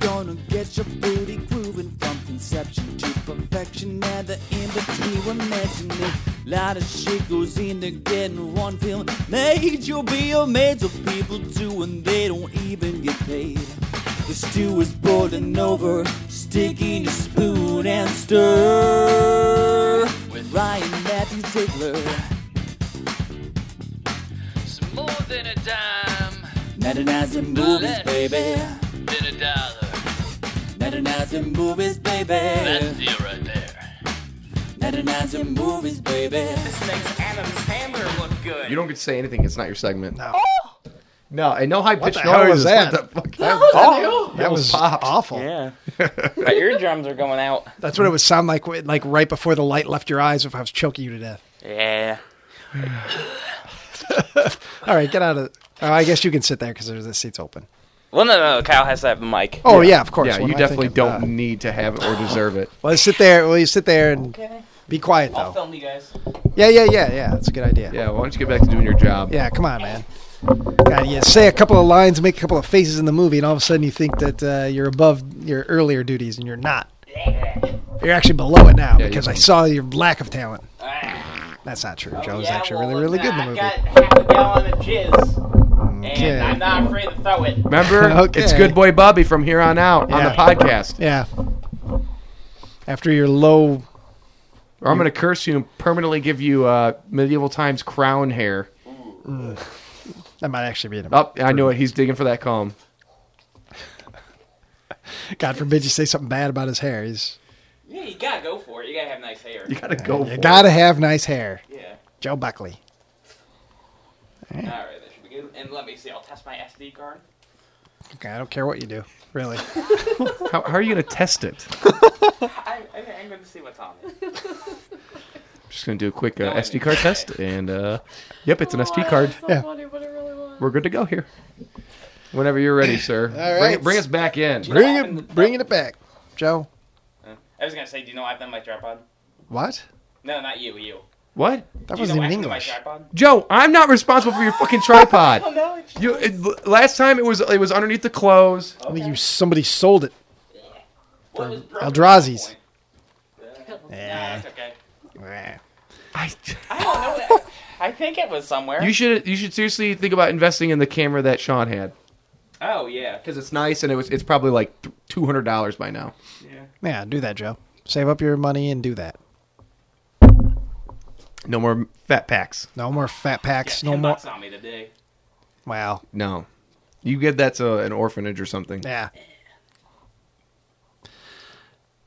gonna get your booty grooving from conception to perfection and the in between. Imagine it. Lot of shit goes into getting one film made. You'll be amazed what people do and they don't even get paid. The stew is boiling over, sticking a spoon and stir. With Ryan Matthews Ziegler. It's more than a dime, Modernizing movies, baby. than a dollar. Modernizing movies, That's baby. deal right there. Modernizing movies, baby. makes Adam Sandler look good. You don't get to say anything. It's not your segment. No. No, and no high pitched the hell noises. was that? What the fuck? That was, Oh, that was popped. awful. Yeah. My eardrums are going out. That's what it would sound like, wi- like right before the light left your eyes. If I was choking you to death. Yeah. All right, get out of. Oh, I guess you can sit there because there's the seat's open. Well, no, no, Kyle has that mic. Oh yeah, of course. Yeah, What you am I definitely thinking? don't Uh, need to have it or deserve it. well, sit there. Well, you sit there and Okay. be quiet I'll though. film you guys. Yeah, yeah, yeah, yeah. That's a good idea. Yeah, why don't you get back to doing your job? Yeah, come on, man. God, you say a couple of lines, make a couple of faces in the movie, and all of a sudden you think that uh, you're above your earlier duties, and you're not. You're actually below it now Yeah, because you- I saw your lack of talent. Ah. That's not true. Joe was Yeah, actually well, really, really good in the I movie. got half a gallon of jizz, Okay. and I'm not afraid to throw it. Remember, Okay. it's good boy Bobby from here on out on the Yeah. podcast. Yeah. After your low, Or I'm going to curse you and permanently give you uh, medieval times crown hair. that might actually be him. Oh, I knew it. He's digging for that comb. God forbid you say something bad about his hair. He's Yeah, you gotta go for it. You gotta have nice hair. You got to go. you for gotta have nice hair, Yeah. Joe Buckley. All right, that should be good. And let me see. I'll test my SD card. Okay, I don't care what you do, really. it. How, how are you going to test it? I, I, I'm going to see what's on it. Just going to do a quick uh, No, Oh, I SD mean- card test. And uh, yep, it's an SD card. Yeah. We're good to go here. Whenever you're ready, sir. Bring, it- right. bring us back in. Bring it, bringing it back, Joe. I was going to say, do you know I've done my tripod? What? No, not you. You. What? That Do you wasn't even know I've done my English. tripod? Joe, I'm not responsible for your fucking tripod. Oh no, it's You it, last time it was it was underneath the clothes. I think you somebody sold it. what was broken Eldrazi's. at that point? Uh, nah, Eh. it's okay. I, I don't know. I think it was somewhere. you should you should seriously think about investing in the camera that Sean had oh yeah. because it's nice and it was it's probably like two hundred dollars by now. Yeah, do that, Joe. Save up your money and do that. No more fat packs. No more fat packs. Yeah, no 10 more. bucks on me today. Wow. No, you give that to an orphanage or something. Yeah.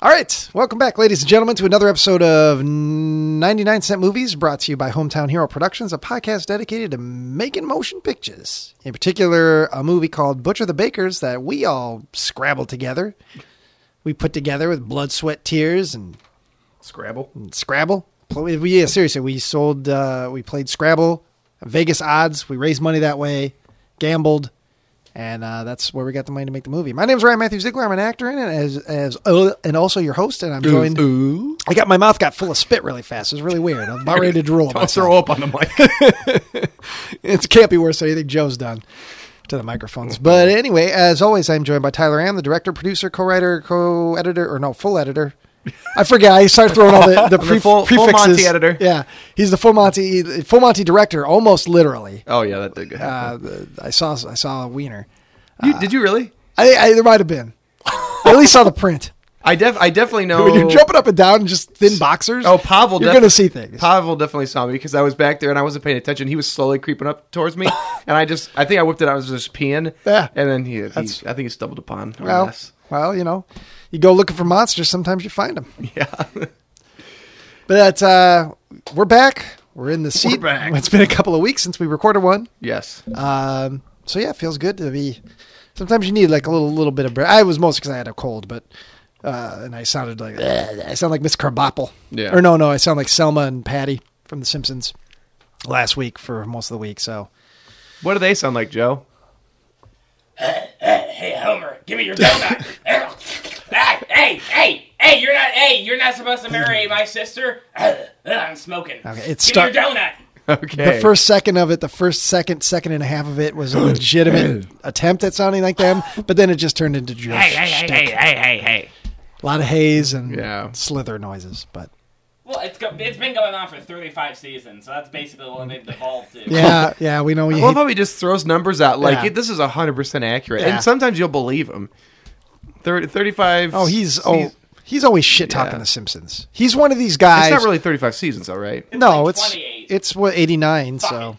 All right. Welcome back, ladies and gentlemen, to another episode of 99 Cent Movies brought to you by Hometown Hero Productions, a podcast dedicated to making motion pictures. In particular, a movie called Butcher the Bakers that we all scrabbled together. We put together with blood, sweat, tears, and Scrabble. Scrabble. Pl- We, yeah, seriously, we sold, uh, we played Scrabble, Vegas odds. We raised money that way, gambled, and uh, that's where we got the money to make the movie. My name is Ryan Matthew Ziegler. I'm an actor in it, as as uh, and also your host. And I'm joined. Ooh, I got my mouth got full of spit really fast. It was really weird. I'm about ready to drool. on don't myself. throw up on the mic. It can't be worse than anything Joe's done to the microphones. But anyway, as always, I'm joined by Tyler Am, the director, producer, co-writer, co-editor, or no, full editor. I forget. I started throwing all the, the, pre- full- full prefixes. Monty editor. Yeah, he's the full Monty, full Monty director, almost literally. oh yeah, that did. Uh, the- I saw, I saw a wiener. you, did you really? I, I there might have been. I at least saw the print. I def I definitely know. When you're jumping up and down in just thin boxers. Oh, Pavel! you're defi- going to see things. Pavel definitely saw me because I was back there and I wasn't paying attention. He was slowly creeping up towards me, and I just, I think I whipped it out. I was just peeing, Yeah. And then he, he- That's- I think he stumbled upon. a well, mess. well, you know, you go looking for monsters. Sometimes you find them. yeah. But uh, we're back. We're in the seat. back. It's been a couple of weeks since we recorded one. yes. Um, so yeah, it feels good to be. Sometimes you need like a little little bit of break. I was mostly because I had a cold, but uh, and I sounded like I sound like Miss Carbopple. Yeah. Or no, no, I sound like Selma and Patty from The Simpsons last week for most of the week. So What do they sound like, Joe? Hey Homer, give me your donut. hey, hey, hey, hey! You're not. Hey, you're not supposed to marry my sister. I'm smoking. Okay, it's give me stuck. your donut. Okay. The first second of it, the first second, second and a half of it was a legitimate attempt at sounding like them, but then it just turned into just shtick. hey, hey, hey. a lot of haze and Yeah. slither noises. But Well, it's go- it's been going on for 35 seasons, so that's basically what they've devolved to. yeah, yeah, we know you I love hate how he just throws numbers out like Yeah. "Hey, this is 100% accurate. Yeah. And sometimes you'll believe him. Thir 35. Oh, he's se- oh, he's always shit talking Yeah. the Simpsons. He's one of these guys. It's not really 35 seasons, all right? no, like it's 28. it's what eighty nine. Fuck So,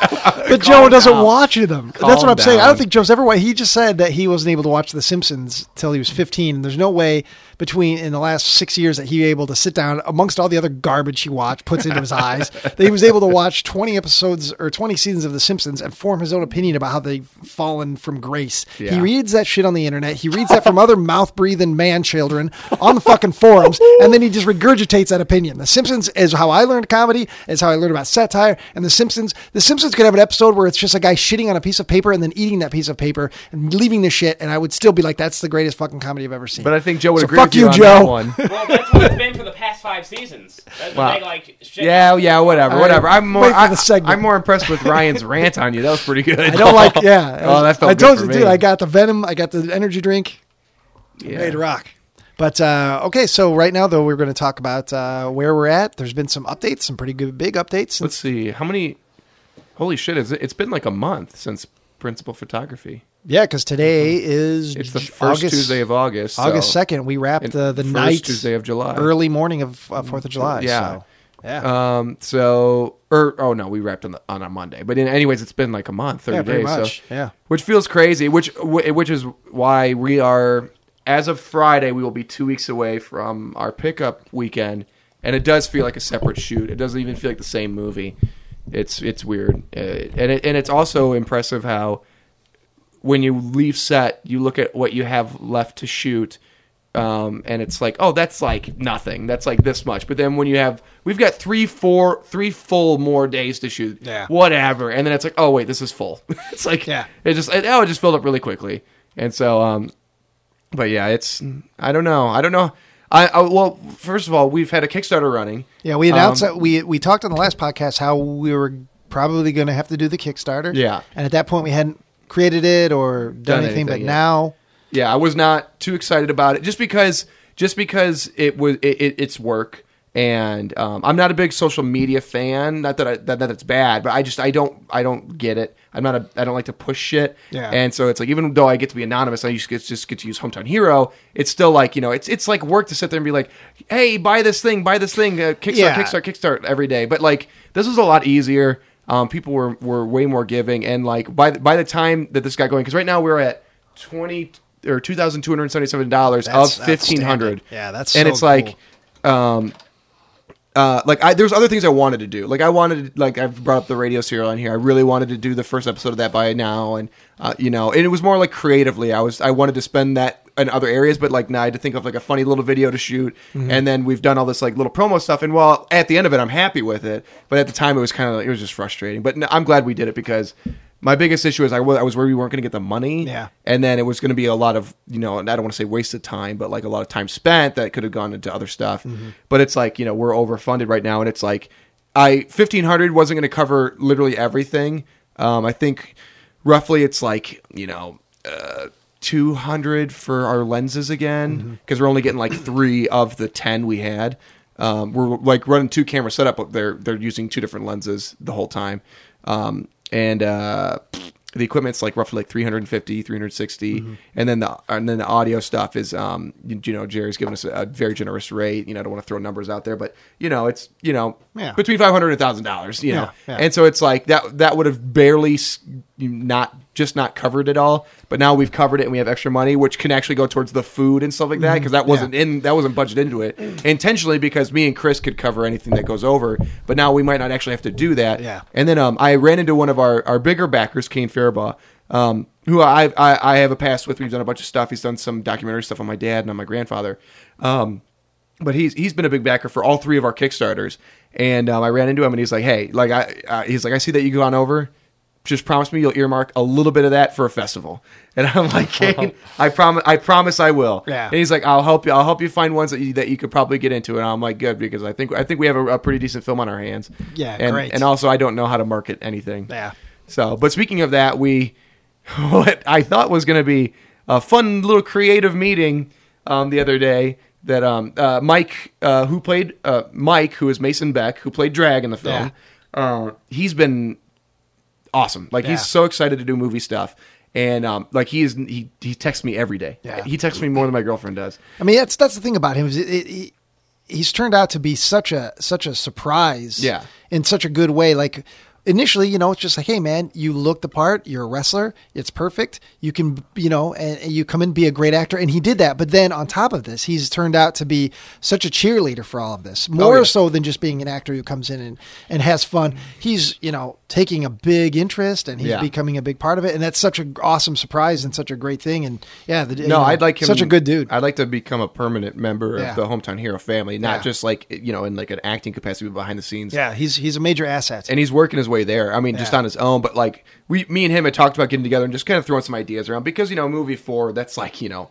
but Joe doesn't watch them. That's what Calm I'm saying. I don't down. think Joe's ever. wa- He just said that he wasn't able to watch the Simpsons till he was fifteen. And there's no way between in the last six years that he was able to sit down amongst all the other garbage he watched puts into his eyes that he was able to watch twenty episodes or twenty seasons of the Simpsons and form his own opinion about how they've fallen from grace. He Yeah. reads reads that shit on the internet. He reads that from other mouth breathing man children on the fucking forums, and then he just regurgitates that opinion. The Simpsons is how I learned comedy, is how I learned about satire, and The Simpsons. The Simpsons could have an episode where it's just a guy shitting on a piece of paper and then eating that piece of paper and leaving the shit, and I would still be like, "That's the greatest fucking comedy I've ever seen." But I think Joe would So agree fuck with you, you, on Joe. that one. Well, that's what it's been for the past five seasons. That's Wow. wow. they, like, shit. yeah, yeah, whatever, right, whatever. I'm more wait for I, the segment. I'm more impressed with Ryan's rant on you. That was pretty good. I don't like. Yeah. Oh, that felt I good told for you, me. dude. I got the venom. I got the energy drink. Yeah. Made a rock. But uh, okay, so right now though, we're going to talk about uh, where we're at. There's been some updates, some pretty good big updates. Let's see. How many Holy shit, is it, it's been like a month since Principal Photography. Yeah, because today is Mm-hmm. It's the J- first August, Tuesday of August. so- August second. We wrapped and the the first night Tuesday of July. early morning of Fourth of July. Yeah. so, yeah, Um. So, or oh no, we wrapped on the, on a Monday. But in, anyways, it's been like a month, thirty Yeah, pretty days. much, So, yeah. which feels crazy. Which wh- which is why we are as of Friday, we will be two weeks away from our pickup weekend, and it does feel like a separate shoot. It doesn't even feel like the same movie. It's it's weird, uh, and it, and it's also impressive how when you leave set, you look at what you have left to shoot, um, and it's like, oh, that's like nothing. That's like this much. But then when you have, we've got three, four, three full more days to shoot. Yeah. Whatever. And then it's like, oh wait, this is full. it's like, Yeah. It just, it, oh, it just filled up really quickly. And so, um, but yeah, it's, I don't know, I don't know. I, I well, first of all, we've had a Kickstarter running. yeah. We announced Um, that we we talked on the last podcast how we were probably going to have to do the Kickstarter. Yeah. and at that point we hadn't created it or done, anything, anything but yet. now yeah i was not too excited about it just because just because it was it, it, it's work and um, i'm not a big social media fan not that, I, that that it's bad but i just i don't i don't get it i'm not a i don't like to push shit Yeah. and so it's like even though i get to be anonymous i just get, just get to use hometown hero it's still like you know it's it's like work to sit there and be like hey buy this thing buy this thing uh, kickstart Yeah. kickstart kickstart every day but like this was a lot easier um, people were, were way more giving and like by the, by the time that this got going because right now we're at 20 or $2277 That's of 1500 outstanding. Yeah, that's and so it's like um, uh, like I, there's other things I wanted to do. Like I wanted, to, like I've brought up the radio serial on here. I really wanted to do the first episode of that by now, and uh, you know, and it was more like creatively. I was I wanted to spend that in other areas, but like now I had to think of like a funny little video to shoot, Mm-hmm. and then we've done all this like little promo stuff. And while at the end of it, I'm happy with it, but at the time it was kind of like, it was just frustrating. But no, I'm glad we did it because my biggest issue is I wa- I was worried we weren't going to get the money, Yeah. and then it was going to be a lot of you know and i don't want to say wasted time but like a lot of time spent that could have gone into other stuff but it's like you know we're overfunded right now and it's like i 1500 wasn't going to cover literally everything um, i think roughly it's like you know uh, 200 for our lenses Mm-hmm. again because we're only getting like three of the 10 we had um, we're like running two camera setup up there they're using two different lenses the whole time um, and uh, the equipment's like roughly like 350 360 Mm-hmm. and then the and then the audio stuff is um you, you know jerry's given us a, a very generous rate you know i don't want to throw numbers out there but you know it's you know Yeah. between 500 and 1000 dollars you know Yeah, yeah. and so it's like that that would have barely s- not just not covered it all but now we've covered it and we have extra money which can actually go towards the food and stuff like that because that wasn't in that wasn't budgeted into it intentionally because me and chris could cover anything that goes over but now we might not actually have to do that Yeah. and then um, I ran into one of our, our bigger backers, Kane Fairbaugh, um, who I, I I have a past with. We've done a bunch of stuff. He's done some documentary stuff on my dad and on my grandfather. Um, but he's he's been a big backer for all three of our Kickstarters. And um, I ran into him, and he's like, "Hey, like I uh, he's like I see that you gone over." just promise me you'll earmark a little bit of that for a festival. And I'm like, Kane, I promise, I promise, I will. Yeah. And he's like, I'll help you. I'll help you find ones that you, that you could probably get into. And I'm like, good because I think I think we have a, a pretty decent film on our hands. Yeah, and, great. And also, I don't know how to market anything. Yeah. So, but speaking of that, we what I thought was going to be a fun little creative meeting um, the other day that um, uh, Mike, uh, who played uh, Mike, who is Mason Beck, who played Drag in the film, uh, he's been awesome. Like Yeah. he's so excited to do movie stuff. And um, like he is, he he texts me every day. Yeah. He texts me more than my girlfriend does. I mean, that's that's the thing about him. Is it, it, he- he's turned out to be such a such a surprise. Yeah. In such a good way, like. Initially, you know, it's just like, hey, man, you look the part. You're a wrestler. It's perfect. You can, you know, and and you come and be a great actor. And he did that. But then on top of this, he's turned out to be such a cheerleader for all of this, more Oh, yeah. so than just being an actor who comes in and, and has fun. He's, you know, taking a big interest and he's Yeah. becoming a big part of it. And that's such an awesome surprise and such a great thing. And yeah, the, you No, know, I'd like him. Such a good dude. I'd like to become a permanent member Yeah. of the hometown hero family, not Yeah. just like you know in like an acting capacity, but behind the scenes. Yeah, he's he's a major asset. and he's working his way there. I mean, just Yeah. on his own, but like we, me and him had talked about getting together and just kind of throwing some ideas around because you know, movie four, that's like you know,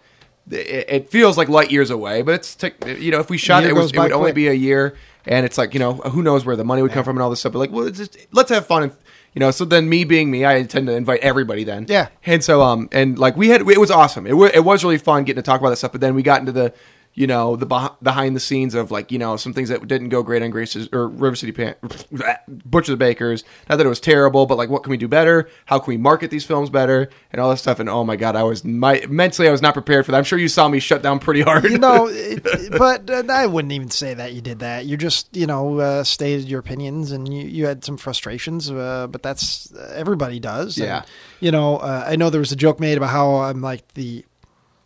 it, it feels like light years away, but it's tech- you know, if we shot year it, it, was, goes it by would only quick. be a year, and it's like you know, who knows where the money would come from and all this stuff. But like, well, it's just let's have fun and. You know, so then me being me, I tend to invite everybody then. Yeah. And so, um, and like we had, it was awesome. It, w- it was really fun getting to talk about this stuff. But then we got into the, you know, the beh- behind the scenes of like, you know, some things that didn't go great on Grace's or River City Pan, Butcher the Bakers. Not that it was terrible, but like, what can we do better? How can we market these films better? And all this stuff. And oh my God, I was my mentally, I was not prepared for that. I'm sure you saw me shut down pretty hard. you know, it, but uh, I wouldn't even say that you did that. You just, you know, uh, stated your opinions and you, you had some frustrations, uh, but that's uh, everybody does. And, Yeah. you know, uh, I know there was a joke made about how I'm like the.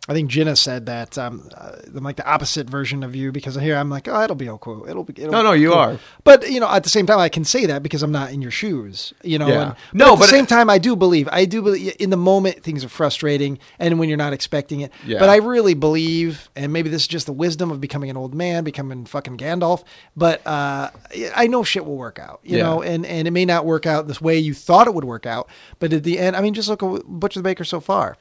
I think Jenna said that um, uh, I'm like the opposite version of you because here I'm like, oh, it'll be all cool. It'll be. It'll No, be no, you cool." are. But you know, at the same time, I can say that because I'm not in your shoes. You know, Yeah. and, No, at the but- same time, I do believe. I do believe in the moment things are frustrating, and when you're not expecting it. Yeah. But I really believe, and maybe this is just the wisdom of becoming an old man, becoming fucking Gandalf. But uh, I know shit will work out, you Yeah. know, and and it may not work out this way you thought it would work out, but at the end, I mean, just look at Butcher the Baker so far.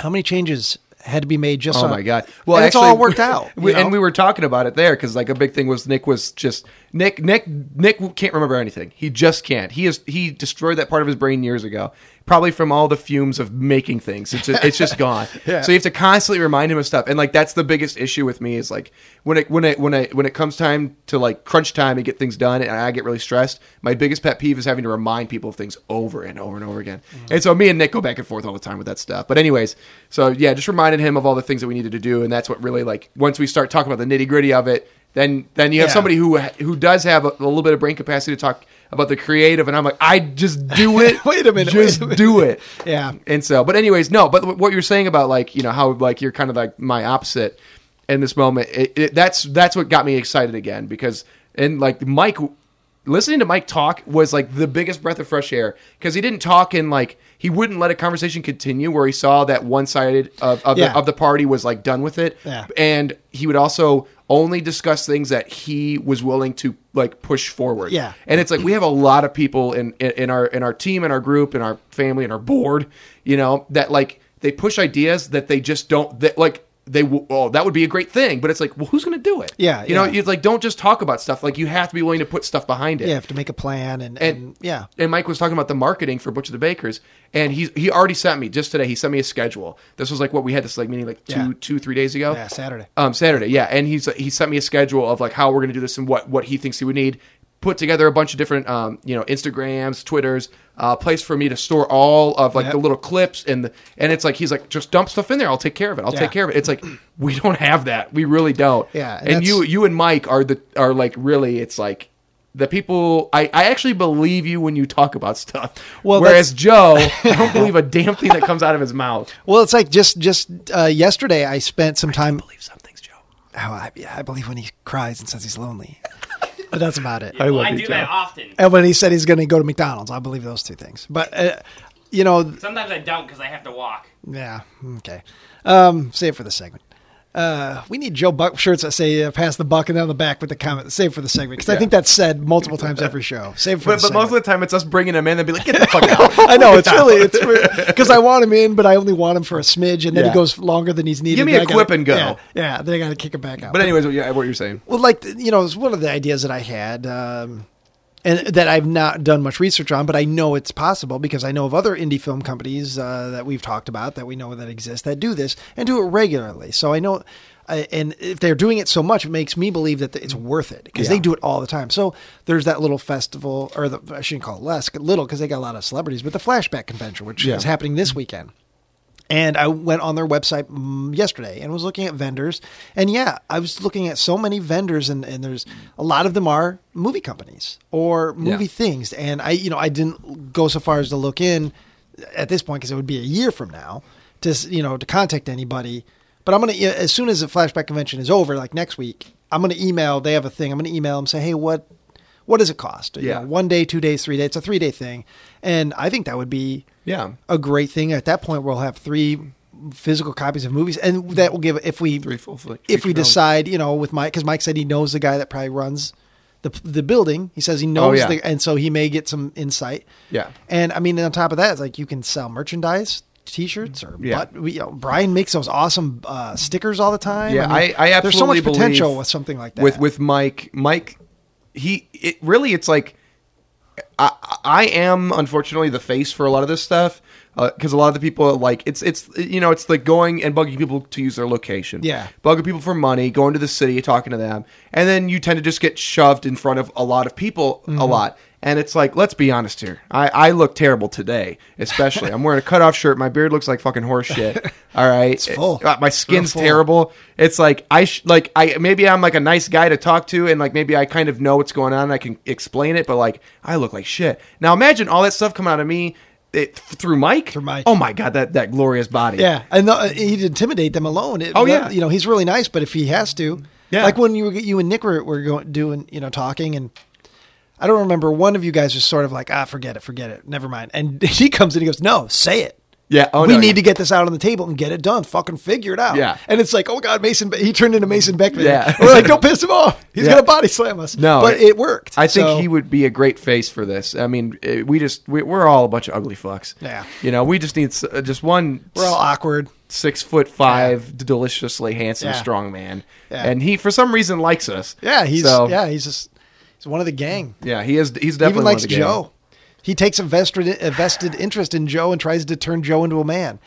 How many changes had to be made just? Oh on, my god! Well, and it's all worked out, we- you know? And we were talking about it there because like a big thing was Nick was just Nick Nick Nick can't remember anything. He just can't. He is he destroyed that part of his brain years ago, probably from all the fumes of making things. It's just, it's just gone. So you have to constantly remind him of stuff. And like that's the biggest issue with me is like when it when it when it when it comes time to like crunch time and get things done, and I get really stressed. My biggest pet peeve is having to remind people of things over and over and over again. Mm-hmm. And so me and Nick go back and forth all the time with that stuff. But anyways, so yeah, just reminded him of all the things that we needed to do, and that's what really like once we start talking about the nitty gritty of it, then then you have Yeah. somebody who who does have a, a little bit of brain capacity to talk about the creative, and I'm like, I just do it. Wait a minute, wait just a minute. do it. Yeah. And so, but anyways, no. But what you're saying about like you know how like you're kind of like my opposite in this moment. It, it, that's that's what got me excited again because and like Mike, listening to Mike talk was like the biggest breath of fresh air because he didn't talk in like he wouldn't let a conversation continue where he saw that one sided of of, Yeah. the, of the party was like done with it. Yeah. And And he would also only discuss things that he was willing to like push forward. Yeah. And it's like we have a lot of people in in, in our in our team, in our group, in our family, in our board, you know, that like they push ideas that they just don't that like they w- oh that would be a great thing, but it's like well who's going to do it? Yeah, You know, yeah. it's like don't just talk about stuff. Like you have to be willing to put stuff behind it you have to make a plan, and, and, and yeah, and Mike was talking about the marketing for Butcher the Bakers, and he's he already sent me just today. He sent me a schedule. This was like what we had this like meeting like two two Yeah. three days ago. Yeah, Saturday. Um, Saturday, yeah. And he's he sent me a schedule of like how we're gonna do this and what what he thinks he would need. Put together a bunch of different um, you know Instagrams, Twitters, uh, place for me to store all of like Yep. the little clips and the, and it's like he's like just dump stuff in there. I'll take care of it. I'll Yeah. take care of it. It's like we don't have that. We really don't. Yeah, and And, you that's- you and Mike are the are like really it's like the people I, I actually believe you when you talk about stuff. Well, Well, whereas Joe, I don't believe a damn thing that comes out of his mouth. Well, it's like just just uh, yesterday I spent some time. believe some things, Joe. Oh, I, yeah, I believe when he cries and says he's lonely, but that's about it. I Well, love I you, do Joe. that often. And when he said he's going to go to McDonald's, I believe those two things. But uh, you know, Sometimes I don't because I have to walk. yeah, okay. Um, save for the segment. Uh, we need Joe Buck shirts that say uh, "Pass the buck" and then on the back with the comment "Save for the segment" because I Yeah. think that's said multiple times every show. Save for But, the but most of the segment. time, it's us bringing him in and be like, get the fuck out. I know it's really it's because I want him in, but I only want him for a smidge, and then Yeah. he goes longer than he's needed. Give me Then a I gotta- quip and go. Yeah, yeah, then I got to kick him back out. But anyways, yeah, what you're saying. Well, like you know, it's one of the ideas that I had, um, and that I've not done much research on, but I know it's possible because I know of other indie film companies uh, that we've talked about that we know that exist that do this and do it regularly. So I know, I, and if they're doing it so much, it makes me believe that it's worth it because they Yeah. do it all the time. So there's that little festival, or the, I shouldn't call it less little because they got a lot of celebrities, but the Flashback Convention, which Yeah. is happening this weekend. And I went on their website mm, yesterday and was looking at vendors. And yeah, I was looking at so many vendors, and, and there's a lot of them are movie companies or movie Yeah. things. And I, you know, I didn't go so far as to look in at this point because it would be a year from now to, s- you know, to contact anybody. But I'm going to, as soon as the flashback convention is over, like next week, I'm going to email, they have a thing. I'm going to email them, say, hey, what, what does it cost? You Yeah. know, one day, two days, three days. It's a three day thing. And I think that would be Yeah. a great thing. At that point, we'll have three physical copies of movies, and that will give if we Three full fle- if we feature films. decide, you know, with Mike because Mike said he knows the guy that probably runs the the building. He says he knows, Oh, yeah. the, and so he may get some insight. Yeah. and I mean, on top of that, it's like you can sell merchandise. T-shirts or Yeah. but we, you know, Brian makes those awesome uh, stickers all the time. Yeah, mean, I, I absolutely there's so much believe potential with something like that. With with Mike, Mike, he it really it's like I I am unfortunately the face for a lot of this stuff because a lot of the people like it's it's you know it's like going and bugging people to use their location, Yeah. bugging people for money, going to the city, talking to them, and then you tend to just get shoved in front of a lot of people Mm-hmm. a lot. And it's like, let's be honest here. I, I look terrible today, especially. I'm wearing a cutoff shirt. My beard looks like fucking horse shit. All right. It's full. my skin's full. terrible terrible. It's like I sh- like I maybe I'm like a nice guy to talk to, and like maybe I kind of know what's going on. and I can explain it, but like I look like shit. Now imagine all that stuff coming out of me it, through Mike. Through Mike. Oh my god, that that glorious body. Yeah, and the, uh, he'd intimidate them alone. It- Oh, yeah. you know he's really nice, but if he has to, Yeah. like when you were, you and Nick were, were going doing you know talking, and I don't remember one of you guys was sort of like ah forget it, forget it, never mind. And he comes in, he goes no, say it. Yeah. Oh, we no, need yeah. to get this out on the table and get it done. Fucking figure it out. Yeah. And it's like, oh God, Mason, Be- he turned into Mason Beckman. Yeah. We're like, don't piss him off. He's Yeah. gonna body slam us. No, but it- it, worked. I think So- he would be a great face for this. I mean, eh, we just we, we're all a bunch of ugly fucks. Yeah. You know, we just need s- uh, just one We're all awkward. six foot five, deliciously handsome, Yeah. strong man, Yeah. and he for some reason likes us. Yeah, he's So, yeah, he's just he's one of the gang. yeah. He is. He's definitely even one of likes the gang. Joe. He takes a vested, a vested interest in Joe and tries to turn Joe into a man.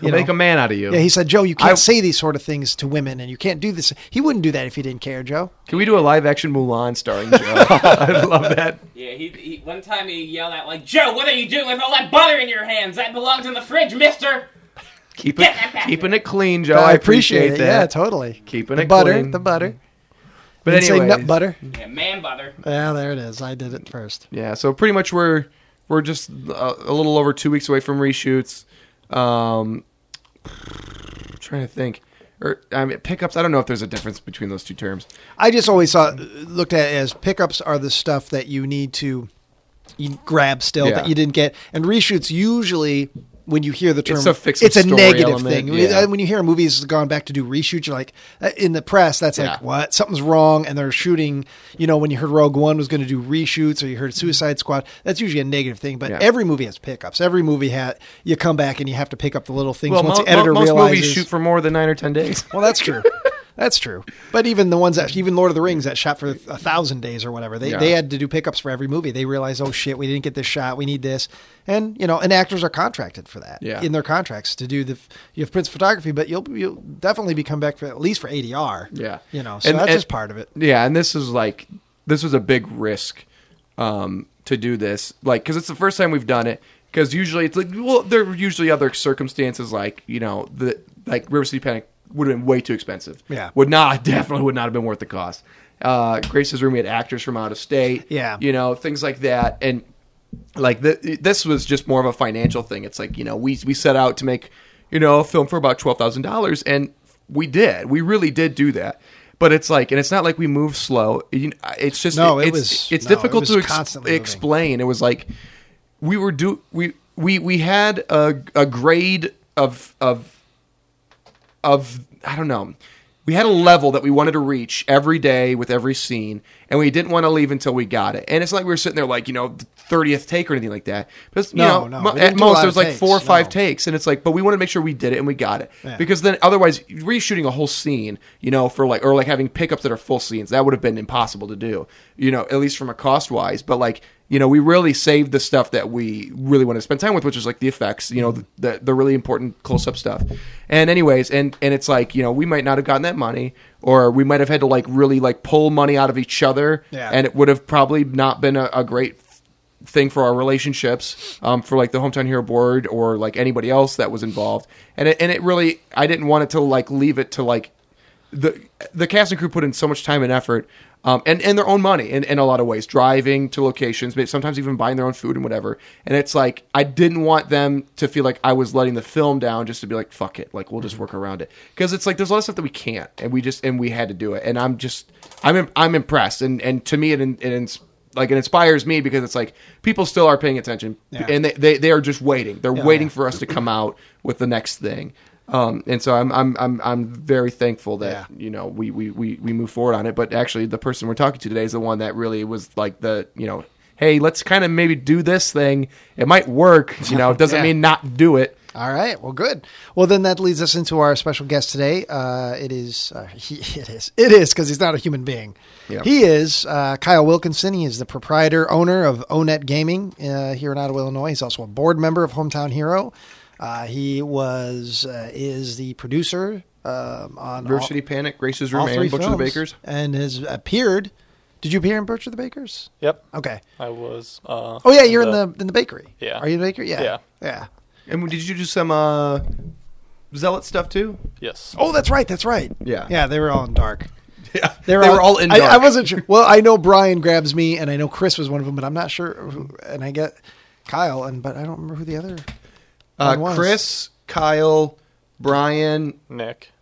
He'll you know. make a man out of you. Yeah, he said, Joe, you can't I- say these sort of things to women, and you can't do this. He wouldn't do that if he didn't care, Joe. Can we do a live action Mulan starring Joe? I love that. Yeah, he, he one time he yelled out like, "Joe, what are you doing with all that butter in your hands? That belongs in the fridge, Mister." Keep it, Get that back. keeping it clean, Joe. Oh, I appreciate, that. Yeah, totally. Keeping the it butter, clean. the butter. but Didn't say anyway, nut butter. Yeah, man, butter. Yeah, there it is. I did it first. yeah. So pretty much we're we're just a, a little over two weeks away from reshoots. Um, I'm trying to think, or I mean pickups. I don't know if there's a difference between those two terms. I just always saw looked at it as pickups are the stuff that you need to you grab still that Yeah. you didn't get, and reshoots usually when you hear the term It's a fix the it's a story negative element, thing. Uh, yeah. When you hear a movie's gone back to do reshoots, you're like uh, in the press that's Yeah. like what something's wrong, and they're shooting. You know when you heard Rogue One was going to do reshoots, or you heard Suicide Squad, that's usually a negative thing. But Yeah. every movie has pickups. Every movie had you come back and you have to pick up the little things Well, once mo- the editor mo- most realizes. movies shoot for more than nine or ten days. Well, that's true. that's true. But even the ones that, even Lord of the Rings that shot for a thousand days or whatever, they, Yeah. they had to do pickups for every movie. They realized, oh shit, we didn't get this shot. We need this. And, you know, and actors are contracted for that Yeah. in their contracts to do the, you have Prince photography, but you'll, you'll definitely be come back for at least for ADR. Yeah. You know, so And- that's and- just part of it. Yeah, and this is like this was a big risk um, to do this, like because it's the first time we've done it. Because usually it's like well, there are usually other circumstances like you know the like River City Panic would have been way too expensive. Yeah. would not definitely would not have been worth the cost. Uh, Grace's room, we had actors from out of state. Yeah. you know things like that, and like th- this was just more of a financial thing. It's like you know we we set out to make you know a film for about twelve thousand dollars, and we did. We really did do that. But it's like, and it's not like we move slow. You kn- It's just No, it it's, was- it's no, it difficult was to ex- constantly moving. explain. It was like we were do we we we had a a grade of of of I don't know. We had a level that we wanted to reach every day with every scene, and we didn't want to leave until we got it. And it's not like we were sitting there like you know thirtieth take or anything like that. Because No, you know, no, mo- we didn't at do a lot most there of was like takes, four or five no. takes, and it's like, but we wanted to make sure we did it and we got it Yeah. because then otherwise reshooting a whole scene, you know, for like or like having pickups that are full scenes that would have been impossible to do, you know, at least from a cost wise. But like you know, we really saved the stuff that we really wanted to spend time with, which is like the effects, you know, the the really important close up stuff. And anyways, and and it's like you know we might not have gotten that money, or we might have had to like really like pull money out of each other, Yeah. and it would have probably not been a, a great thing for our relationships um, for like the hometown hero board or like anybody else that was involved and it, and it really i didn't want it to like leave it to like the the cast and crew put in so much time and effort um, and, and their own money in, in a lot of ways driving to locations but sometimes even buying their own food and whatever and it's like i didn't want them to feel like i was letting the film down just to be like fuck it like we'll just work around it because it's like there's a lot of stuff that we can't and we just and we had to do it and i'm just i'm im- i'm impressed and and to me it, in- it ins- like it inspires me because it's like people still are paying attention Yeah. and they, they they are just waiting they're Yeah, waiting yeah. for us to come out with the next thing um and so i'm i'm i'm, I'm very thankful that Yeah. you know we, we we we move forward on it but actually the person we're talking to today is the one that really was like the you know hey let's kind of maybe do this thing it might work you know it doesn't Yeah. mean not do it All right. Well, good. Well, then that leads us into our special guest today. Uh, it is uh, he, it is it is because he's not a human being. Yeah. He is uh, Kyle Wilkinson. He is the proprietor owner of Onet Gaming uh, here in Ottawa, Illinois. He's also a board member of Hometown Hero. Uh, he was uh, is the producer um, on all- Diversity Panic, Grace's all, Room, three and Butcher films the Bakers. and has appeared. Did you appear in Butcher the Bakers? Yep. Okay. I was. Uh, Oh yeah, you're in the in the bakery. Yeah. Are you in the bakery? Yeah. Yeah. Yeah. And did you do some uh, zealot stuff too? Yes. Oh, that's right. That's right. Yeah. Yeah, they were all in dark. Yeah, They were, all in. I- dark. I, wasn't sure. Well, I know Brian grabs me, and I know Chris was one of them, but I'm not sure. who- And I get Kyle, and but I don't remember who the other. Uh, one was. Chris, Kyle, Brian, Nick.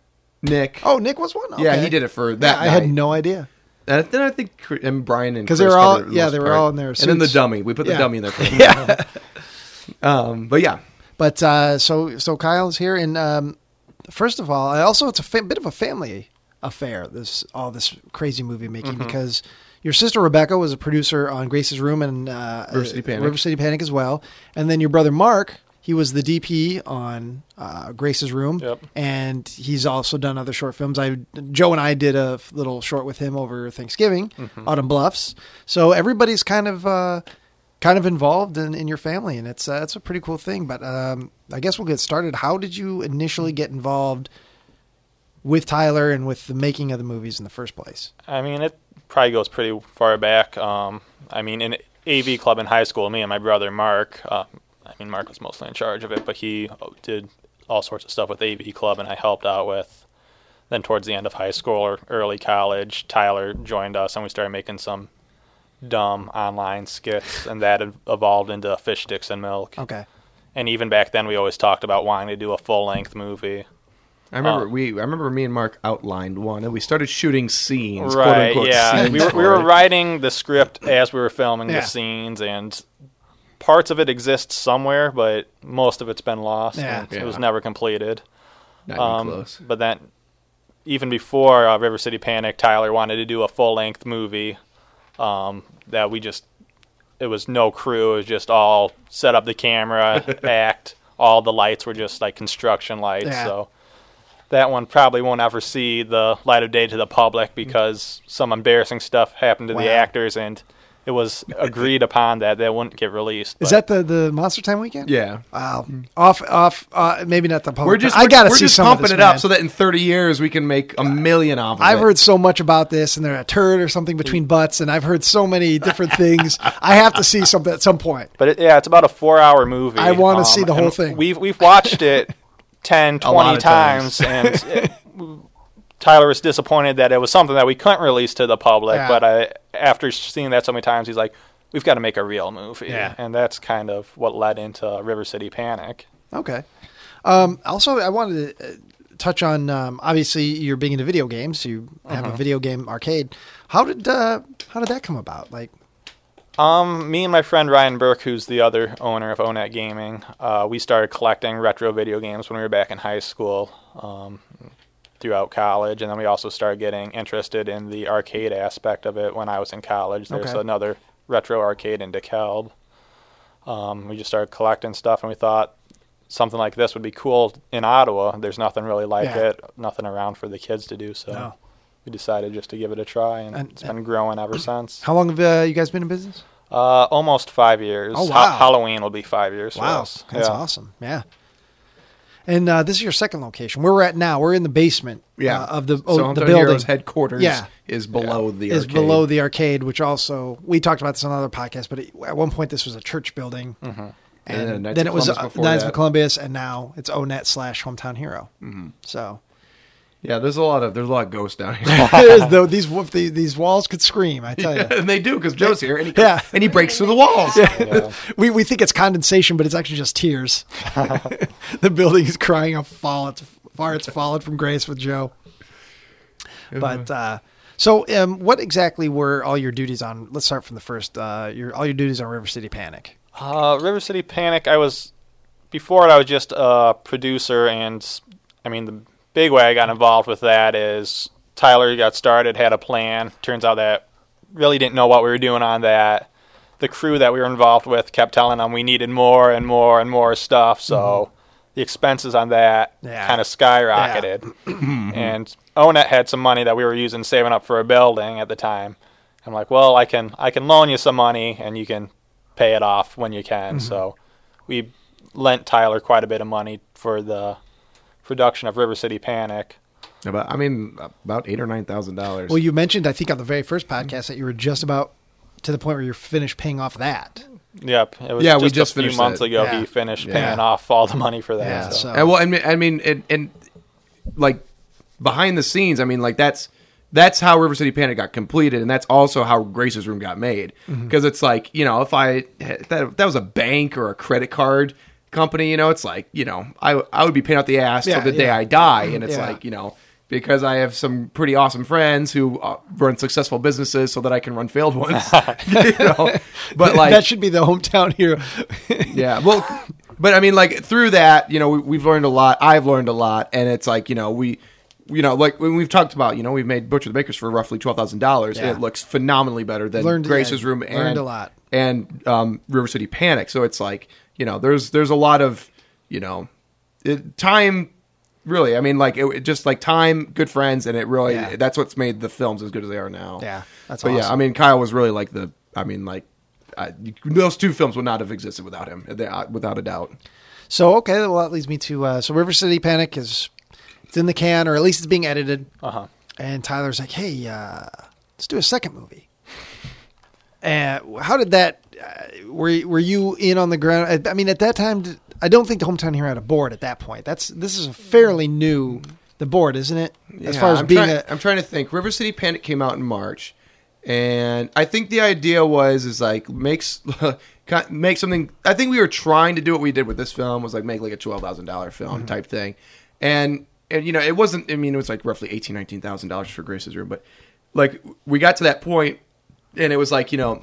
Nick. Oh, Nick was one. Yeah, Okay. he did it for Yeah, that. I had night. no idea. And then I think Cr- and Brian and because 'Cause they were all- yeah, they were all in their And then the suits. dummy. We put the Yeah. dummy in there. For yeah. um, but yeah, But uh, so so Kyle's here, and um, first of all, I also it's a fa- bit of a family affair. This all this crazy movie making Mm-hmm. because your sister Rebecca was a producer on Grace's Room and uh, River City Panic. River City Panic as well, and then your brother Mark. He was the DP on uh, Grace's Room, Yep. and he's also done other short films. I Joe and I did a f- little short with him over Thanksgiving, Mm-hmm. Autumn Bluffs. So everybody's kind of uh, kind of involved in, in your family, and it's uh, it's a pretty cool thing. But um, I guess we'll get started. How did you initially get involved with Tyler and with the making of the movies in the first place? I mean, it probably goes pretty far back. Um, I mean, in AV club in high school, me and my brother Mark. Uh, I mean, Mark was mostly in charge of it, but he uh, did all sorts of stuff with AV club, and I helped out with. Then towards the end of high school or early college, Tyler joined us, and we started making some dumb online skits, and that ev- evolved into Fish Sticks and Milk. Okay, And even back then, we always talked about wanting to do a full length movie. I remember Oh. we. I remember me and Mark outlined one, and we started shooting scenes. quote right unquote, yeah scenes we were, we for were it. writing the script as we were filming Yeah. the scenes and parts of it exist somewhere but most of it's been lost Yeah. and it was Yeah. never completed Not even um, close. but then even before uh, river city panic tyler wanted to do a full-length movie um, that we just it was no crew it was just all set up the camera act all the lights were just like construction lights Yeah. so that one probably won't ever see the light of day to the public because some embarrassing stuff happened to Wow. the actors and it was agreed upon that that wouldn't get released is but that the the Monster Time weekend? Yeah. Wow. Off, off. Uh, maybe not the public. We're just. I gotta we're see just some pumping of this, it up man. so that in 30 years we can make a million of them. I've heard uh, so much about this, and they're a turd or something between butts, and I've heard so many different things. I have to see something at some point. But it, yeah, it's about a four hour movie. Um, I wanna see the whole and thing. We've, we've watched it 10, lot 20 of times, and it- Tyler was disappointed that it was something that we couldn't release to the public. Yeah. But I, after seeing that so many times, he's like, we've got to make a real movie. Yeah. And that's kind of what led into River City Panic. Okay. Um, also, I wanted to uh, touch on um, obviously you're big into video games. so You have Uh-huh. a video game arcade. How did uh, how did that come about? Like, Um, me and my friend Ryan Burke, who's the other owner of Onet Gaming, uh, we started collecting retro video games when we were back in high school. Um, throughout college, and then we also started getting interested in the arcade aspect of it when I was in college. There's Okay. another retro arcade in DeKalb. Um, we just started collecting stuff, and we thought something like this would be cool in Ottawa. There's nothing really like Yeah. it, nothing around for the kids to do, so No. we decided just to give it a try, and, And- it's been growing ever since. How long have uh, you guys been in business? Uh, almost five years. Oh, Ha- wow. Halloween will be five years. for Wow, us. that's Yeah. awesome. Yeah. And uh, this is your second location. Where we're at now, we're in the basement. Yeah, uh, of the so oh, Hometown the building Heroes headquarters Yeah. is below the is arcade. below the arcade, which also we talked about this on another podcast. But it, at one point, this was a church building, Mm-hmm. And then and, Knights then of it was Columbus uh, before Knights of that. Mm-hmm. Columbus, and now it's Onet slash Hometown Hero. So yeah. There's a lot of there's a lot of ghosts down here, it is though these wa- the- these walls could scream. I tell you, and they do because Joe's here, and he Yeah. and he breaks through the walls. we we think it's condensation, but it's actually just tears. the building is crying how fall it's far it's fallen from grace with Joe. But uh, so, um, what exactly were all your duties on? Let's start from the first. Uh, your all your duties on River City Panic. Uh, River City Panic. I was before it. I was just a producer, and I mean the big way I got involved with that is Tyler got started, had a plan. Turns out that really didn't know what we were doing on that. The crew that we were involved with kept telling them we needed more and more and more stuff. So the expenses on that Mm-hmm. Yeah. kind of skyrocketed. and Onet had some money that we were using saving up for a building at the time. I'm like, well, I can I can loan you some money and you can pay it off when you can. Mm-hmm. So we lent Tyler quite a bit of money for the production of River City Panic. About I mean about eight or nine thousand dollars. Well, you mentioned I think on the very first podcast that you were just about to the point where you're finished paying off that. Yep, it was Yeah, just, we just a few finished months that. ago Yeah. he finished Yeah. paying off all the money for that. Yeah, so- so. And well, I mean, I mean, and, and like behind the scenes, I mean, like that's that's how River City Panic got completed, and that's also how Grace's Room got made. Mm-hmm. Because it's like you know, if I if that if that was a bank or a credit card company, you know, it's like you know, I I would be paying out the ass Yeah, till the day yeah. Mm-hmm. I die, and it's Yeah. like you know. Because I have some pretty awesome friends who uh, run successful businesses, so that I can run failed ones. you know? But like that should be the hometown hero. yeah. Well, but I mean, like through that, you know, we, we've learned a lot. I've learned a lot, and it's like you know we. You know, like when we've talked about, you know, we've made Butcher the Bakers for roughly twelve thousand dollars. Yeah. It looks phenomenally better than Learned- Grace's yeah, Room learned and a lot. and um, River City Panic. So it's like you know, there's there's a lot of you know it, time. Really, I mean, like it, it just like time, good friends, and it really Yeah. that's what's made the films as good as they are now. Yeah, that's but yeah, awesome. I mean, Kyle was really like the. I mean, like I, those two films would not have existed without him, They- uh, without a doubt. so okay, well that leads me to uh, so River City Panic is it's in the can or at least it's being edited. Uh-huh. And Tyler's like, hey, uh, let's do a second movie. And how did that? Uh, were were you in on the ground? I, I mean, at that time, did- I don't think the hometown hero had a board at that point. That's this is a fairly new the board, isn't it? As far as I'm being try- a I'm trying to think. River City Panic came out in March, and I think the idea was is like makes make something. I think we were trying to do what we did with this film was like make like a twelve thousand dollar film Mm-hmm. type thing, and and you know it wasn't. I mean it was like roughly eighteen nineteen thousand dollars for Grace's room, but like we got to that point, and it was like you know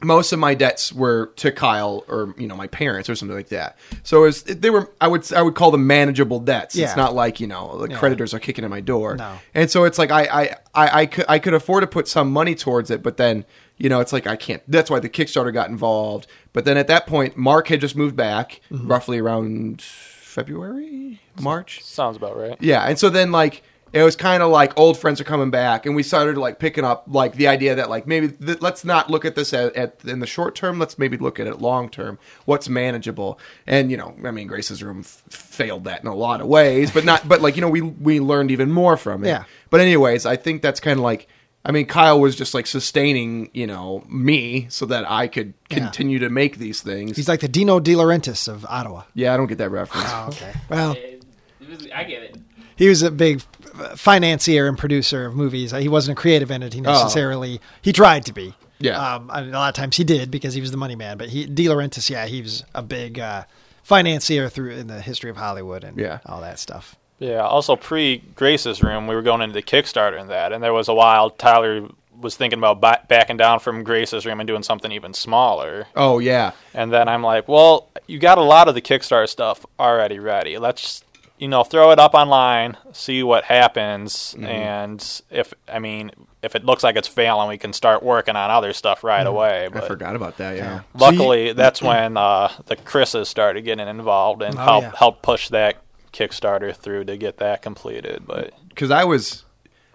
most of my debts were to Kyle or you know my parents or something like that. So it was, they were I would I would call them manageable debts. Yeah. It's not like you know the creditors are kicking at my door. No. And so it's like I I I I could, I could afford to put some money towards it, but then you know it's like I can't. That's why the Kickstarter got involved. But then at that point, Mark had just moved back roughly around February March. Sounds about right. Yeah, and so then like it was kind of like old friends are coming back, and we started like picking up like the idea that like maybe th- let's not look at this at, at in the short term. Let's maybe look at it long term. What's manageable? And you know, I mean, Grace's room f- failed that in a lot of ways, but not. But like you know, we we learned even more from it. Yeah. But anyways, I think that's kind of like. I mean, Kyle was just like sustaining, you know, me so that I could Yeah. continue to make these things. he's like the Dino De Laurentiis of Ottawa. yeah, I don't get that reference. Okay. Well, It, it was, I get it. he was a big uh, financier and producer of movies. He wasn't a creative entity necessarily. He tried to be. Oh. Yeah. Um, I mean, a lot of times he did because he was the money man. But he, De Laurentiis, yeah, he was a big uh, financier through in the history of Hollywood and Yeah. all that stuff. Yeah. Also, pre Grace's room, we were going into the Kickstarter and that, and there was a while Tyler was thinking about ba- backing down from Grace's room and doing something even smaller. Oh yeah, And then I'm like, well, you got a lot of the Kickstarter stuff already ready. Let's you know, throw it up online, see what happens, and if I mean, if it looks like it's failing, we can start working on other stuff right away. I But forgot about that. Yeah. luckily, that's when uh, the Chris's started getting involved and Oh, help yeah. help push that Kickstarter through to get that completed. But because I was,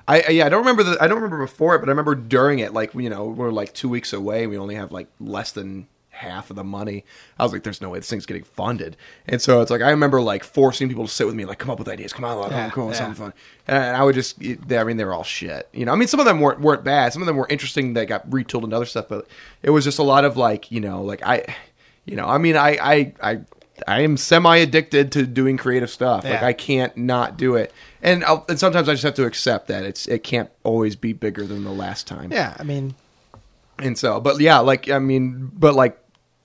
I I- yeah, I don't remember the, I don't remember before it, but I remember during it, like you know, we're like two weeks away, we only have like less than half of the money. I was like, there's no way this thing's getting funded, and so it's like I remember like forcing people to sit with me, like come up with ideas, come on, come Yeah, on, come on, yeah. something fun, and I would just, it- they- I mean, they were all shit, you know. I mean, some of them weren't weren't bad, some of them were interesting that got retooled and other stuff, but it was just a lot of like you know, like I, you know, I mean, I I I. I am semi addicted to doing creative stuff. Like Yeah. I can't not do it. And I'll, and sometimes I just have to accept that it's it can't always be bigger than the last time. Yeah, I mean, And so, but yeah, like I mean, but like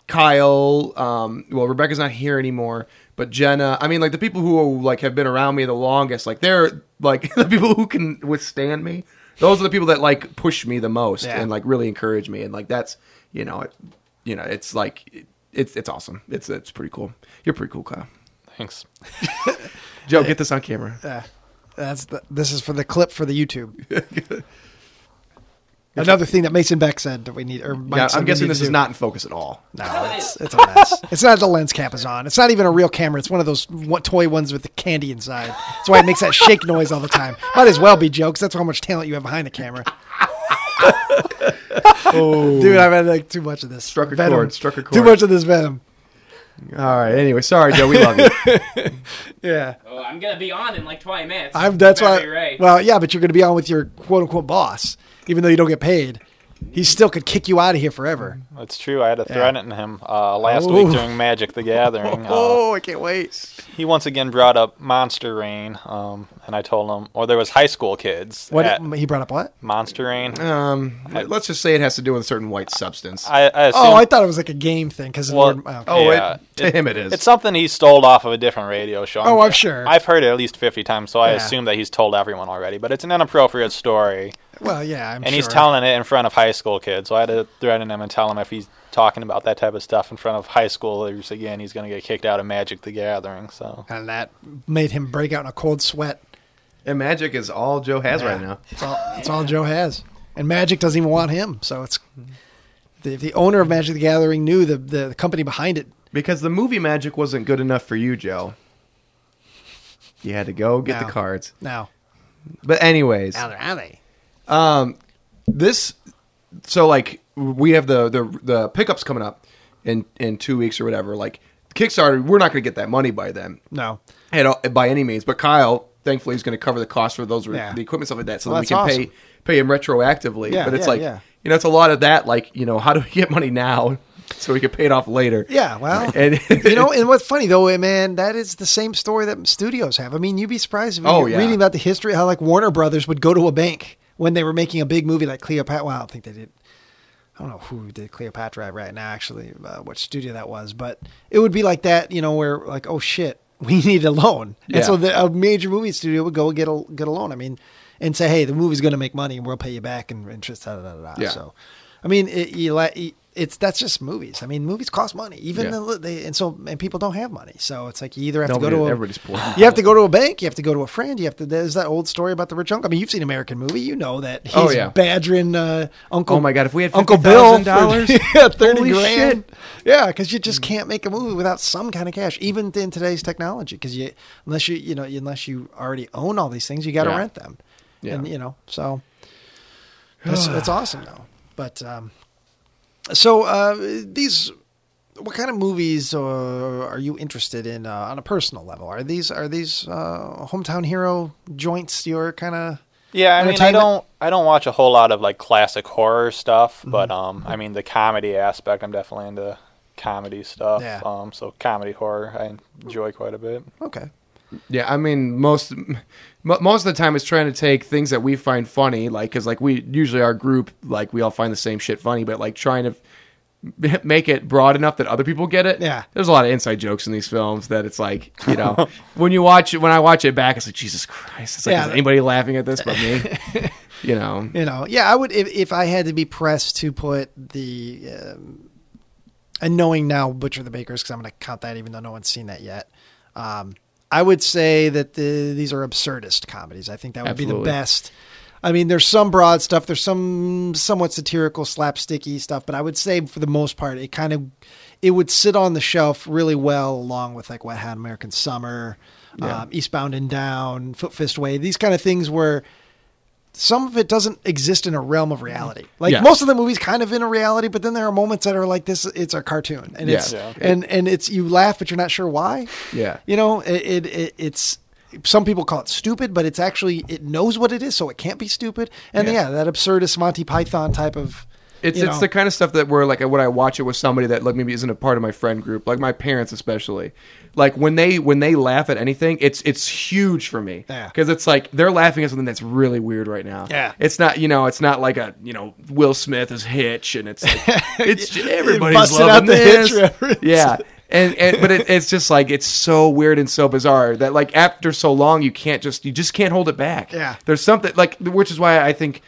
Kyle, um, well, Rebecca's not here anymore. But Jenna, I mean, like the people who like have been around me the longest, like they're like the people who can withstand me. Those are the people that like push me the most Yeah. and like really encourage me. And like that's you know, it, you know, it's like it, it's it's awesome. It's it's pretty cool. You're pretty cool, Kyle. thanks. Joe, get this on camera. Uh, that's the, this is for the clip for the YouTube. Another thing that Mason Beck said that we need, or Mike Yeah, said I'm we guessing need to this is do. not in focus at all. No, it's, it's a mess. It's not the lens cap is on. It's not even a real camera. It's one of those one- toy ones with the candy inside. That's why it makes that shake noise all the time. Might as well be jokes. That's how much talent you have behind the camera. Dude, I've had like too much of this. Struck a venom. chord, struck a Too chord. much of this venom. All right. Anyway, sorry, Joe. We love you. Yeah, Oh, I'm gonna be on in like 20 minutes. I'm. That's Better why. be Right. Well, yeah, but you're going to be on with your quote unquote boss, even though you don't get paid. He still could kick you out of here forever. That's true. I had to threaten him uh, last Oh. week during Magic the Gathering. Uh, I can't wait. he once again brought up Monster Rain, um, and I told him, or there was high school kids What Mm. at he brought up? What? Monster Rain. Um, let's just say it has to do with a certain white substance. I, I assume, Oh, I thought it was like a game thing because Well, oh, wait, yeah, to it- him it is. it's something he stole off of a different radio show. Oh, I'm sure. I've heard it at least fifty times, so I Yeah. assume that he's told everyone already. But it's an inappropriate story, Well, yeah, I'm and he's sure. telling it in front of high school kids. So I had to threaten him and tell him if he's talking about that type of stuff in front of high schoolers again, he's going to get kicked out of Magic the Gathering. So and that made him break out in a cold sweat. and magic is all Joe has Yeah. right now. That's all, that's all Joe has, and Magic doesn't even want him. So it's the, the owner of Magic the Gathering knew the, the company behind it. Because the movie magic wasn't good enough for you, Joe. You had to go get No. the cards. Now, But anyways, now they're out of it. this so like we have the the the pickups coming up in in two weeks or whatever. Like Kickstarter, we're not going to get that money by then. No, at all, by any means. But Kyle, thankfully, is going to cover the cost for those Yeah. the equipment stuff like that, so Well, that we that's can pay awesome. pay him retroactively. Yeah, but it's yeah, like yeah. you know, it's a lot of that. Like you know, how do we get money now so we can pay it off later? yeah, well, and you know, and what's funny though, eh, man, that is the same story that studios have. I mean, you'd be surprised if you Oh, were yeah. reading about the history how like Warner Brothers would go to a bank when they were making a big movie like Cleopatra. Well, I don't think they did. I don't know who did Cleopatra right now, actually, uh, what studio that was, but it would be like that, you know, where like, oh shit, we need a loan, Yeah. and so the, a major movie studio would go and get a get a loan. I mean, and say, hey, the movie's going to make money, and we'll pay you back and interest. Da, da, da, da. Yeah. So, I mean, it, you like it's that's just movies. I mean, movies cost money, even Yeah. the, they, and so and people don't have money, so it's like you either have Nobody- to go to a, everybody's poor. You have to go to a bank. You have to go to a friend. You have to. There's that old story about the rich uncle. I mean, you've seen American movie. You know that he's Oh, yeah. badgering uh, Uncle. Oh, my God, if we had Uncle Bill $50,000? for- yeah, thirty Holy grand. Yeah, because you Hmm. just can't make a movie without some kind of cash, even in today's technology. Because you, unless you, you know, unless you already own all these things, you got to Yeah. rent them. Yeah. And you know, so that's that's awesome though. But um, so uh, these, what kind of movies uh, are you interested in uh, on a personal level? Are these are these uh, hometown hero joints? Your kind of Yeah, I mean, I Entertainment? don't, I don't watch a whole lot of like classic horror stuff, Mm-hmm. but um, I mean, the comedy aspect, I'm definitely into comedy stuff. Yeah. Um, so comedy horror, I enjoy quite a bit. okay, Yeah, I mean most m- most of the time it's trying to take things that we find funny, like because like we usually our group like we all find the same shit funny, but like trying to f- make it broad enough that other people get it. Yeah. there's a lot of inside jokes in these films that it's like you know when you watch it when I watch it back, it's like Jesus Christ, it's like Yeah. is anybody laughing at this but me? you know, you know, yeah, I would if if I had to be pressed to put the. Um, and knowing now Butcher the Bakers, because I'm going to count that even though no one's seen that yet. Um, I would say that the, these are absurdist comedies. I think that would be the Absolutely. best. I mean, there's some broad stuff. There's some somewhat satirical, slapsticky stuff, but I would say for the most part, it kind of it would sit on the shelf really well, along with like Wet Hot American Summer, um, Eastbound and Down, Foot Fist Way. These kind of things where some of it doesn't exist in a realm of reality. Like Yeah. most of the movies kind of in a reality, but then there are moments that are like this. It's a cartoon, and Yeah. it's Yeah. and and it's you laugh, but you're not sure why. Yeah. you know it, it, it it's. Some people call it stupid, but it's actually it knows what it is, so it can't be stupid. And yeah, Yeah. that absurdist Monty Python type of It's you it's know. the kind of stuff that where like when I watch it with somebody that like maybe isn't a part of my friend group, like my parents especially, like when they when they laugh at anything, it's it's huge for me. Yeah. because it's like they're laughing at something that's really weird right now. Yeah. it's not you know it's not like a you know Will Smith is Hitch and it's like, it's just, everybody's busted loving out the this. Hitch reference. yeah. And, and but it, it's just like it's so weird and so bizarre that like after so long you can't just you just can't hold it back. Yeah. There's something like which is why I think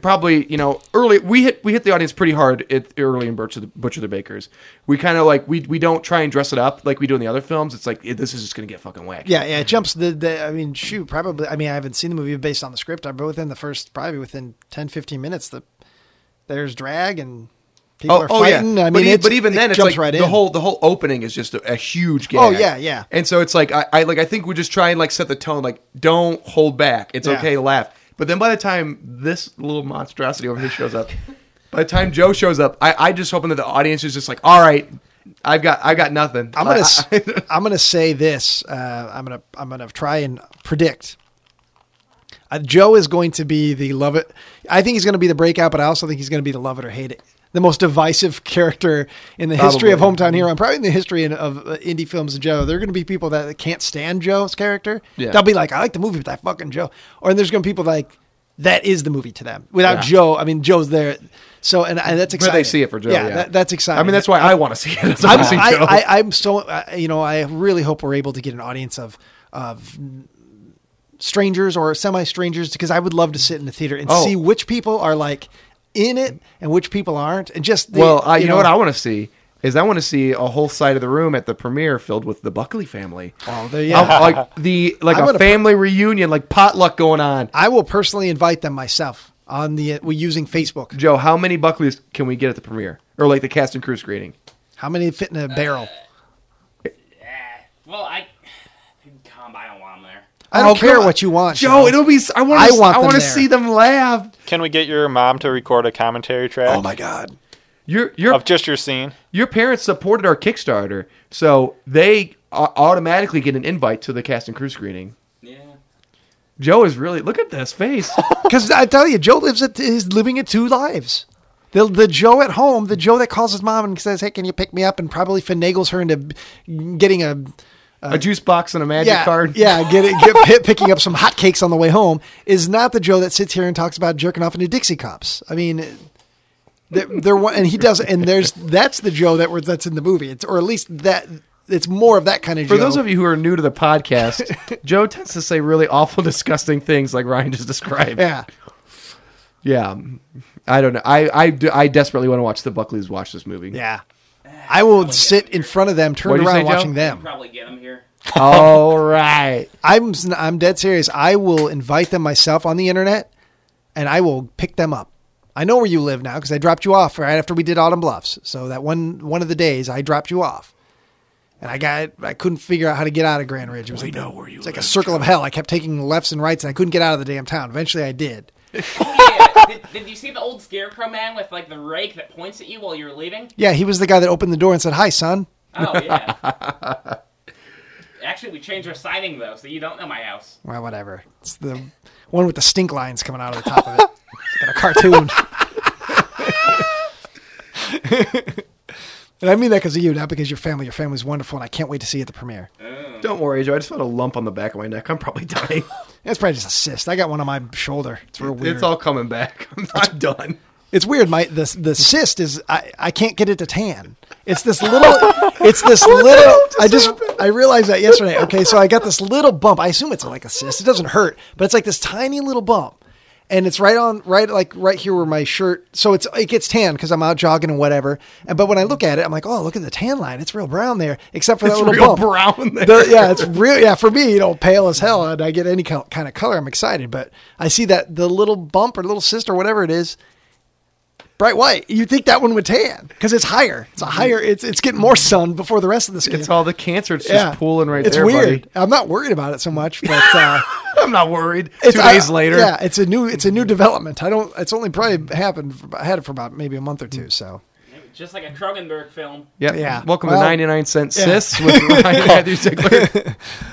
probably you know early we hit we hit the audience pretty hard at early in Butcher the, Butcher the Bakers. We kind of like we we don't try and dress it up like we do in the other films. It's like it, this is just gonna get fucking whack. Yeah, yeah, it jumps the, the I mean, shoot, probably I mean, I haven't seen the movie but based on the script, but within the first probably within 10 15 minutes the there's drag and people Oh, are oh yeah. fighting. I mean, but, e- it's- but even it then, it's jumps like right the in. whole the whole opening is just a, a huge gag. Oh, yeah, yeah. And so it's like I, I like I think we just try and like set the tone. Like don't hold back. It's Yeah. okay to laugh. But then by the time this little monstrosity over here shows up, by the time Joe shows up, I, I just hoping that the audience is just like, all right, I've got I got nothing. I'm I- gonna s I- am gonna say this. Uh, I'm gonna I'm gonna try and predict. Uh, Joe is going to be the love it. I think he's going to be the breakout, but I also think he's going to be the love it or hate it, the most divisive character in the history of Probably. hometown hero, and probably in the history in- of uh, indie films. in Joe, there are going to be people that can't stand Joe's character. Yeah. They'll be like, "I like the movie, but that fucking Joe," or there's going to be people like that is the movie to them. Without Yeah. Joe, I mean, Joe's there, so and, and that's where exciting. they see it for Joe. Yeah, That, that's exciting. I mean, that's why I want to see it. That's why I I'm, wanna see Joe. I, I, I'm so uh, you know I really hope we're able to get an audience of of strangers or semi strangers because I would love to sit in the theater and Oh. see which people are like in it and which people aren't and just the, well, I, you, know, what I want to see is I want to see a whole side of the room at the premiere filled with the Buckley family. Oh, there- yeah. I- like the like I'm a gonna- family reunion, like potluck going on. I will personally invite them myself on the we using Facebook. Joe, how many Buckleys can we get at the premiere or like the cast and crew screening? How many fit in a barrel? Well, I. Come, I don't want him there. I don't Oh, care come on. what you want, Joe. Joe. It'll be. I want. I I want want. I them want to there. see them laugh. Can we get your mom to record a commentary track oh my god. Your your of just your scene? your parents supported our Kickstarter, so they au- automatically get an invite to the cast and crew screening. Yeah. Joe is really look at this face. Because I tell you, Joe lives at is living at two lives. The, the Joe at home, the Joe that calls his mom and says, "Hey, can you pick me up?" and probably finagles her into getting a a juice box and a magic yeah card. yeah get it get pi- picking up some hotcakes on the way home is not the Joe that sits here and talks about jerking off into Dixie cups. I mean, there there wa- and he does and there's that's the Joe that we that's in the movie. It's or at least that it's more of that kind of For Joe. those of you who are new to the podcast, Joe tends to say really awful, disgusting things like Ryan just described. yeah. Yeah. I don't know. I I, do- I desperately want to watch the Buckleys watch this movie. Yeah. I will sit in front of them, What'd turned you around, say, Joe? watching I'll them. Probably get him here. All right. I'm s- I'm dead serious. I will invite them myself on the internet, and I will pick them up. I know where you live now because I dropped you off right after we did Autumn Bluffs. So that one one of the days I dropped you off, and I got I couldn't figure out how to get out of Grand Ridge. It was we like, know where you. It's like a circle of hell. I kept taking lefts and rights, and I couldn't get out of the damn town. Eventually, I did. yeah, did, did you see the old scarecrow man with like the rake that points at you while you're leaving? Yeah, he was the guy that opened the door and said, "Hi, son." Oh yeah. Actually, we changed our signing though, so you don't know my house. Well, whatever. It's the one with the stink lines coming out of the top of it. It's like a cartoon. and I mean that because of you, not because your family. Your family's wonderful, and I can't wait to see you at the premiere. Don't worry, Joe. I just felt a lump on the back of my neck. I'm probably dying. That's probably just a cyst. I got one on my shoulder. It's real weird. It's all coming back. I'm not done. It's weird. My the the cyst is I, I can't get it to tan. It's this little. It's this little. I just I realized that yesterday. Okay, so I got this little bump. I assume it's like a cyst. It doesn't hurt, but it's like this tiny little bump, and it's right on right like right here where my shirt. So it's it gets tan because I'm out jogging and whatever. And but when I look at it, I'm like, oh, look at the tan line. It's real brown there, except for that little real bump. brown there. The- yeah, it's real. Yeah, for me, you know, pale as hell, and I get any co- kind of color, I'm excited. But I see that the little bump or little sister, whatever it is, bright white. You think that one would tan because it's higher. It's a higher. It's it's getting more sun before the rest of the skin. It's all the cancer. It's just pooling right it's there. weird. buddy. I'm not worried about it so much, but uh, I'm not worried. it's, Two I- days later. yeah, it's a new it's a new development. I don't. It's only probably happened. For, I had it for about maybe a month or two. So Just like a Cronenberg film. Yep. Yeah. Welcome Well- to 99 Cent Sis with Ryan Matthew Ziegler.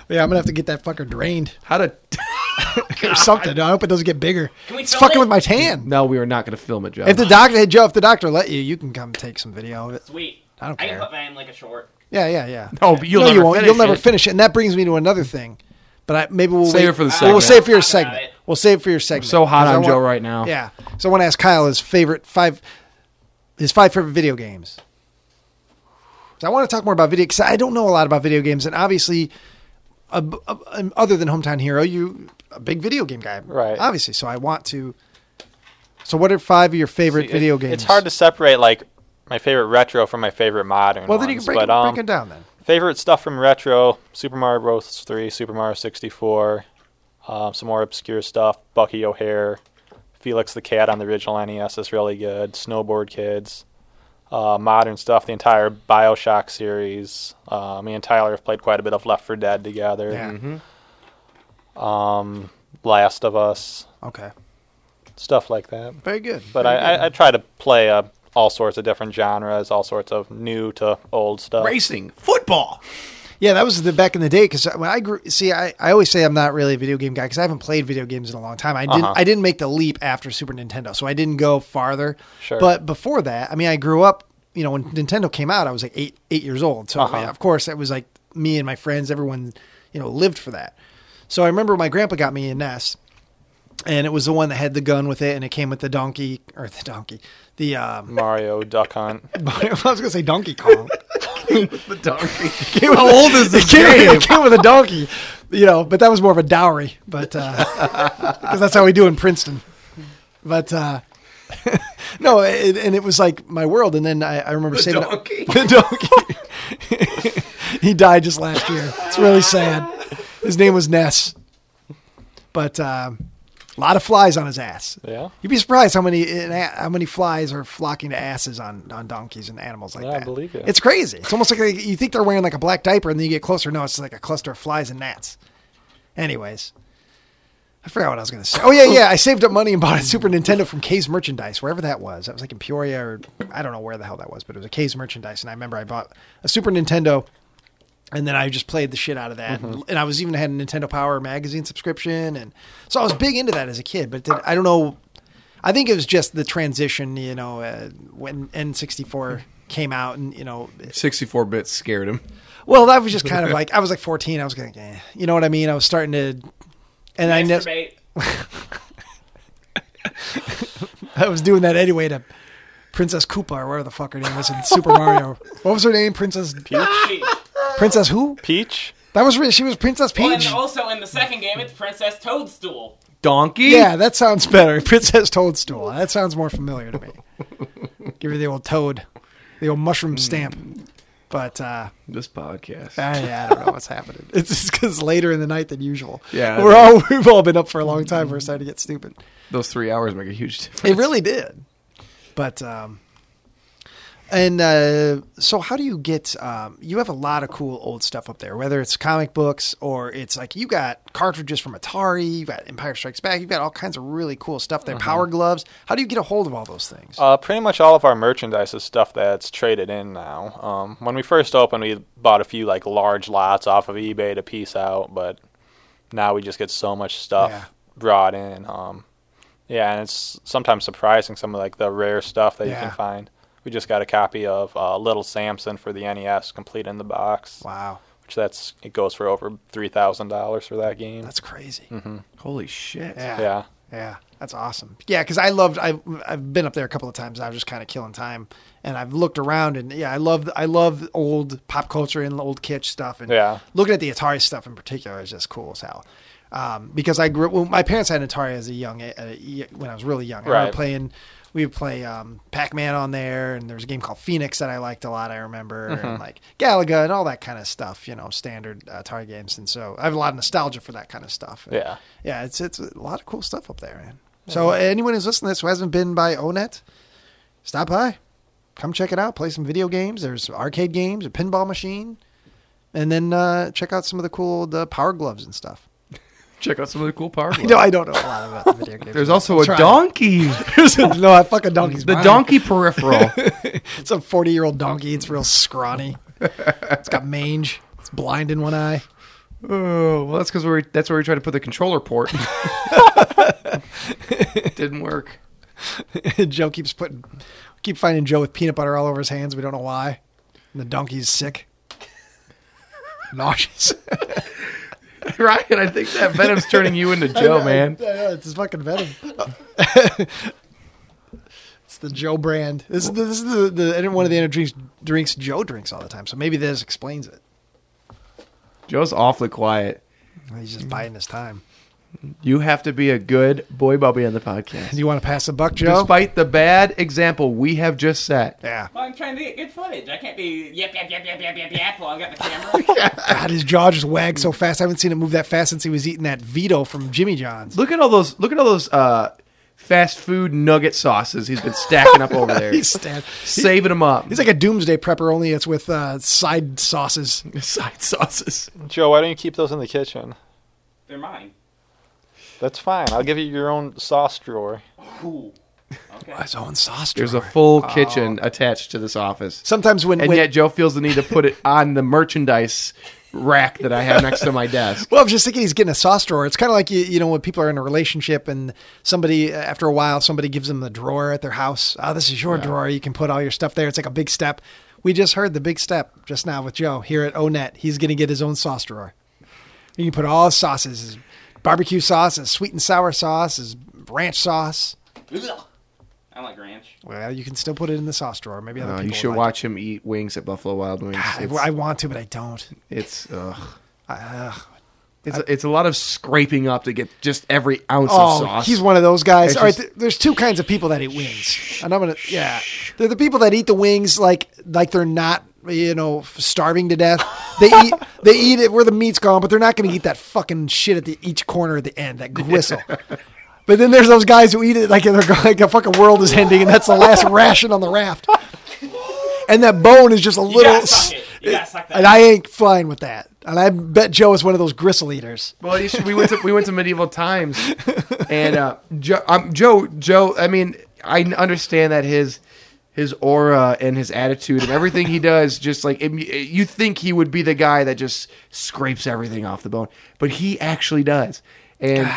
yeah, I'm gonna have to get that fucker drained How to. or something. I hope it doesn't get bigger. Can we it's film fucking it? with my tan. No, we are not going to film it, Joe. If the doctor, hey Joe, if the doctor let you, you can come take some video of it. Sweet. I don't can care. put that in like a short. Yeah, yeah, yeah. No, but Oh, you'll No, never you won't. finish you'll never it. finish it. And that brings me to another thing. But I, maybe we'll Save wait- it for the well, We'll segment. save it for your Talk about segment. it. We'll save it for your segment. so hot 'Cause I on Joe want- right now. Yeah. So I want to ask Kyle his favorite five, his five favorite video games. So I want to talk more about video because I don't know a lot about video games, and obviously, uh, b- uh, um, other than Hometown Hero, you a big video game guy, Right. Obviously, so I want to. So, what are five of your favorite It- video games? It's hard to separate like my favorite retro from my favorite modern. Well, then you ones, can break, it, but, um, break it down then. Favorite stuff from retro: Super Mario Bros. 3, Super Mario 64, um, some more obscure stuff. Bucky O'Hare, Felix the Cat on the original NES is really good. Snowboard Kids, uh, modern stuff. The entire Bioshock series. Uh, me and Tyler have played quite a bit of Left 4 Dead together. Yeah. Um, Last of Us, Okay. stuff like that. Very good. But I, Very good. I, I try to play uh, all sorts of different genres, all sorts of new to old stuff. Racing, football. yeah, that was the back in the day because when I grew, see, I, I always say I'm not really a video game guy because I haven't played video games in a long time. I didn't Uh-huh. I didn't make the leap after Super Nintendo, so I didn't go farther. Sure. But before that, I mean, I grew up. You know, when Nintendo came out, I was like eight eight years old. So I mean, Uh-huh. of course, it was like me and my friends, everyone, you know, lived for that. So I remember my grandpa got me a NES, and it was the one that had the gun with it, and it came with the donkey or the donkey, the um, Mario Duck Hunt. I was gonna say Donkey Kong. The donkey. Came with How a- old is this it came, game? It came with a donkey, you know, but that was more of a dowry, but because that's how we do in Princeton. But uh, no, it, and it was like my world. And then I, I remember saving up- donkey? the donkey. he died just last year. It's really sad. His name was Ness, but um, a lot of flies on his ass. Yeah. You'd be surprised how many in a- how many flies are flocking to asses on, on donkeys and animals like Yeah, I that. believe you. It's crazy. It's almost like they, you think they're wearing like a black diaper, and then you get closer. No, it's like a cluster of flies and gnats. Anyways, I forgot what I was going to say. Oh yeah, yeah. I saved up money and bought a Super Nintendo from Kay's Merchandise, wherever that was. That was like in Peoria, or I don't know where the hell that was, but it was a Kay's Merchandise, and I remember I bought a Super Nintendo. And then I just played the shit out of that, Mm-hmm. and, and I was even had a Nintendo Power magazine subscription, and so I was big into that as a kid. But then, I don't know I think it was just the transition, you know, uh, when N64 came out, and you know, 64 bits scared him. well, that was just kind of like I was like 14. I was going, eh, you know what I mean? I was starting to, and I ne- Masturbate. I was doing that anyway to Princess Koopa or whatever the fuck her name was in Super Mario. What was her name? Princess Peach. Princess who? Peach. That was re- she was Princess Well, Oh, and Peach. also in the second game, it's Princess Toadstool. Donkey? Yeah, that sounds better. Princess Toadstool. That sounds more familiar to me. Give her the old toad, the old Hmm. mushroom stamp. But uh, This podcast. I, I don't know what's happening. It's just because later in the night than usual. Yeah. we're all we've all been up for a long time. We're starting to get stupid. Those three hours make a huge difference. It really did. But um, and uh, so how do you get? Um, you have a lot of cool old stuff up there, whether it's comic books or it's like you got cartridges from Atari, you got Empire Strikes Back, you got all kinds of really cool stuff there. Power gloves. How do you get a hold of all those things? Uh, pretty much all of our merchandise is stuff that's traded in now. Um, when we first opened, we bought a few like large lots off of eBay to piece out, but now we just get so much stuff Yeah. brought in. Um, yeah, and it's sometimes surprising some of like the rare stuff that you Yeah. can find. We just got a copy of uh, Little Samson for the NES, complete in the box, wow, which that's it goes for over three thousand dollars for that game. that's crazy. Holy shit. mm-hmm. Yeah. yeah. Yeah, that's awesome. Yeah, because I loved. I've I've been up there a couple of times. I was just kind of killing time, and I've looked around, and yeah, I love I love old pop culture and old kitsch stuff, and Yeah. looking at the Atari stuff in particular is just cool as hell. um, because I grew up. Well, my parents had an Atari as a young at a y- when I was really young. I remember Right. playing. We would play um, Pac Man on there, and there was a game called Phoenix that I liked a lot. I remember, and like Galaga and all that kind of stuff. You know, standard uh, Atari games, and so I have a lot of nostalgia for that kind of stuff. And Yeah. yeah, it's it's a lot of cool stuff up there, man. So anyone who's listening to this who hasn't been by Onet, stop by, come check it out, play some video games. There's arcade games, a pinball machine, and then uh, check out some of the cool old, uh, power gloves and stuff. Check out some of the cool power. No, I don't know a lot about the video games. There's also a Try it. donkey. There's a no, I fucking donkey's the mine. donkey peripheral. It's a forty year old donkey. It's real scrawny. it's got mange. It's blind in one eye. Oh, well, that's because we that's where we tried to put the controller port. Didn't work. Joe keeps putting, keep finding Joe with peanut butter all over his hands. We don't know why. And the donkey's sick, nauseous. Ryan, I think that venom's turning you into Joe, man. I know, it's his fucking venom. it's the Joe brand. This is the, this is the, the one of the energy drinks, drinks Joe drinks all the time. So maybe this explains it. Joe's awfully quiet. He's just biding his time. You have to be a good boy, Bobby, on the podcast. Do you want to pass the buck, Joe? Despite the bad example we have just set, yeah. Well, I'm trying to get good footage. I can't be yep, yep, yep, yep, yep, yep, yep while I've got the camera. God, his jaw just wagged so fast. I haven't seen it move that fast since he was eating that Vito from Jimmy John's. look at all those look at all those uh, fast food nugget sauces he's been stacking up over there, He's stand- saving them up. He's like a doomsday prepper, only it's with uh, side sauces. side sauces. Joe, why don't you keep those in the kitchen? They're mine. That's fine. I'll give you your own sauce drawer. Cool. Okay. His own sauce. There's a drawer. full kitchen attached to this office. Sometimes when, and when yet Joe feels the need to put it on the merchandise rack that I have next to my desk. Well, I was just thinking he's getting a sauce drawer. It's kind of like you, you know when people are in a relationship and somebody after a while somebody gives them the drawer at their house. Oh, this is your drawer. You can put all your stuff there. It's like a big step. We just heard the big step just now with Joe here at Onet. He's going to get his own sauce drawer. You can put all his sauces: his barbecue sauce, his sweet and sour sauce, his ranch sauce. Ugh. I like ranch. Well, you can still put it in the sauce drawer. Maybe other Uh, people you should would like watch him eat wings at Buffalo Wild Wings. it. It's, I, I want to, but I don't. it's ugh. Ugh. It's, it's a lot of scraping up to get just every ounce Oh, of sauce. he's one of those guys. It's All right, just- th- there's two kinds of people that eat wings, and I'm gonna yeah, they're the people that eat the wings like like they're not you know f- starving to death. They eat they eat it where the meat's gone, but they're not gonna eat that fucking shit at the each corner at the end that gristle. But then there's those guys who eat it like they're go- like the fucking world is ending, and that's the last ration on the raft. And that bone is just a You little. gotta suck it. You gotta suck that. And I ain't flying with that. And I bet Joe is one of those gristle eaters. Well, you should, we went to we went to medieval times, and uh, Joe, um, Joe, Joe. I mean, I understand that his his aura and his attitude and everything he does, just like it, you think he would be the guy that just scrapes everything off the bone, but he actually does. And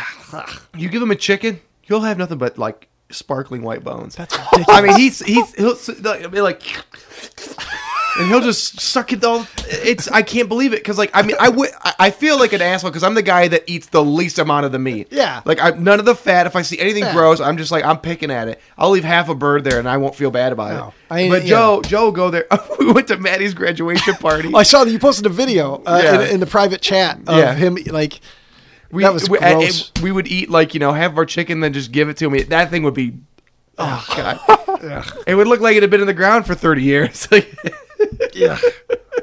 you give him a chicken, he'll have nothing but like sparkling white bones. That's ridiculous. I mean, he's he's he'll s- like, be like. And he'll just suck it all. It's I can't believe it because like I mean I would I I feel like an asshole because I'm the guy that eats the least amount of the meat. Yeah. like I, none of the fat. If I see anything Yeah. gross, I'm just like I'm picking at it. I'll leave half a bird there and I won't feel bad about No. it. I ain't- but yeah. Joe Joe will go there. we went to Maddie's graduation party. I saw that you posted a video uh, Yeah. in, in the private chat of Yeah. him like we, that was we, I- gross. we would eat like you know half of our chicken then just give it to me. That thing would be oh god. it would look like it had been in the ground for 30 years. Like- yeah.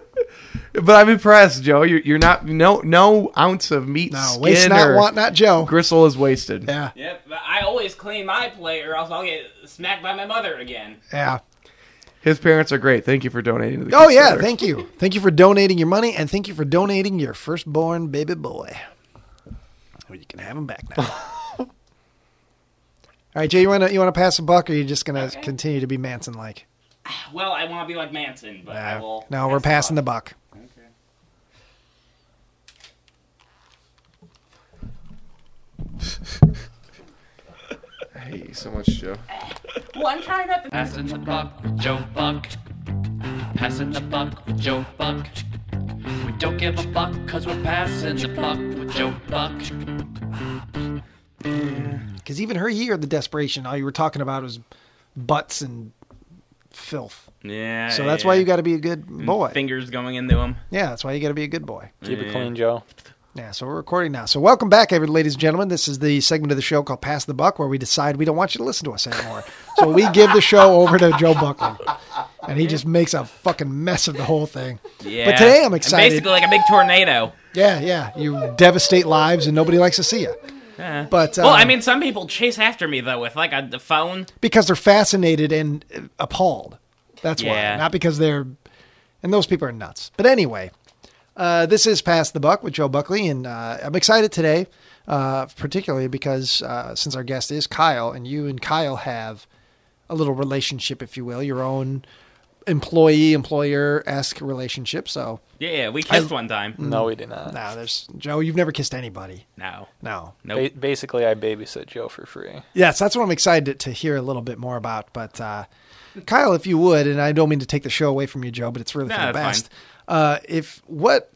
But I'm impressed, Joe. You're, you're not no no ounce of meat. No, skin waste not, or want not, Joe. Gristle is wasted. yeah, Yep, but I always clean my plate or else I'll get smacked by my mother again. yeah. His parents are great. Thank you for donating to the. Oh yeah, Kickstarter. thank you, thank you for donating your money, and thank you for donating your firstborn baby boy. Well, you can have him back now. All right, Jay, you want to you want to pass a buck, or you just gonna Okay. continue to be Manson like? Well, I want to be like Manson, but I will. No, we're passing the buck. Okay. I hate you so much, Joe. Well, I'm trying not to. Passing the buck with Joe Buck. Passing the buck with Joe Buck. We don't give a buck cause we're passing the buck with Joe Buck. Because even her year, the desperation, all you were talking about was butts and filth. Yeah. So that's why you got to be a good boy. Fingers going into him. Yeah, that's why you got to be a good boy. Keep it clean, Joe. now. So we're recording now. So welcome back, every ladies and gentlemen. This is the segment of the show called Pass the Buck, where we decide we don't want you to listen to us anymore. so we give the show over to Joe Buckley, and he just makes a fucking mess of the whole thing. Yeah. But today I'm excited. Basically, like a big tornado. yeah, yeah. You devastate lives, and nobody likes to see you. But uh, Well, I mean, some people chase after me though with like a the phone. because they're fascinated and appalled. That's Yeah. why, not because they're. And those people are nuts. But anyway, uh, this is Pass the Buck with Joe Buckley, and uh, I'm excited today, uh, particularly because uh, since our guest is Kyle, and you and Kyle have a little relationship, if you will, your own employee employer esque relationship. So Yeah, yeah, we kissed one Mm. time. No, we did not. now there's Joe. You've never kissed anybody. No. No. Nope. Ba- basically, I babysit Joe for free. Yes, that's what I'm excited to hear a little bit more about. But uh, Kyle, if you would, and I don't mean to take the show away from you, Joe, but it's really No, for the that's best. Uh, if what,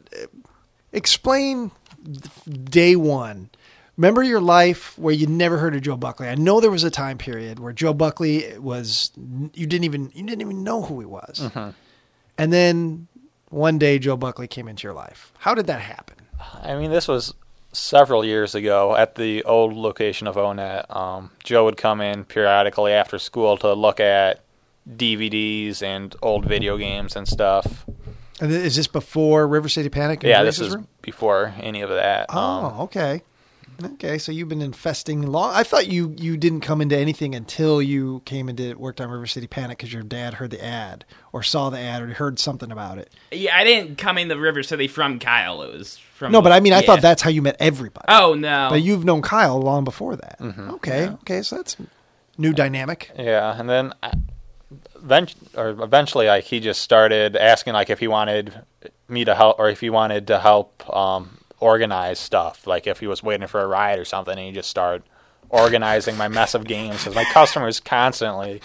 explain day one. Remember your life where you never heard of Joe Buckley. I know there was a time period where Joe Buckley was you didn't even you didn't even know who he was, Uh-huh. and then one day Joe Buckley came into your life. How did that happen? I mean, this was several years ago at the old location of ONET. Um, Joe would come in periodically after school to look at DVDs and old video games and stuff. And is this before River City Panic? and yeah, Grace's this is Room? before any of that. Um, Oh, okay. Okay, so you've been infesting long. I thought you you didn't come into anything until you came into worked on River City Panic because your dad heard the ad or saw the ad or heard something about it. Yeah, I didn't come in the River City from Kyle. It was from No, but I mean, I yeah. thought that's how you met everybody. Oh no. But you've known Kyle long before that. Okay, okay, so that's new dynamic. Yeah, and then I, then or eventually, like he just started asking like if he wanted me to help or if he wanted to help um, organize stuff, like if he was waiting for a ride or something, and he just started organizing my mess of games because my customers constantly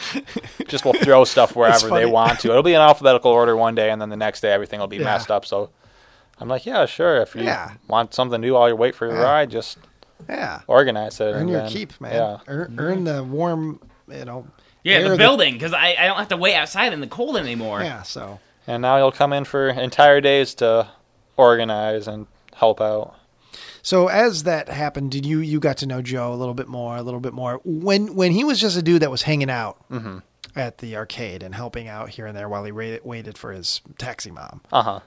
just will throw stuff wherever funny. they want to. It'll be in alphabetical order one day, and then the next day everything will be Yeah. messed up. So. I'm like, yeah, sure. If you Yeah. want something new while you wait for your ride, just Yeah, organize it. earn and your then- keep, man. Yeah. Earn, earn the warm, you know. air yeah, the that- building because I, I don't have to wait outside in the cold anymore. Yeah, so And now he'll come in for entire days to organize and help out. So as that happened, did you you got to know Joe a little bit more, a little bit more when when he was just a dude that was hanging out Mm-hmm. at the arcade and helping out here and there while he waited, waited for his taxi mom. Uh huh.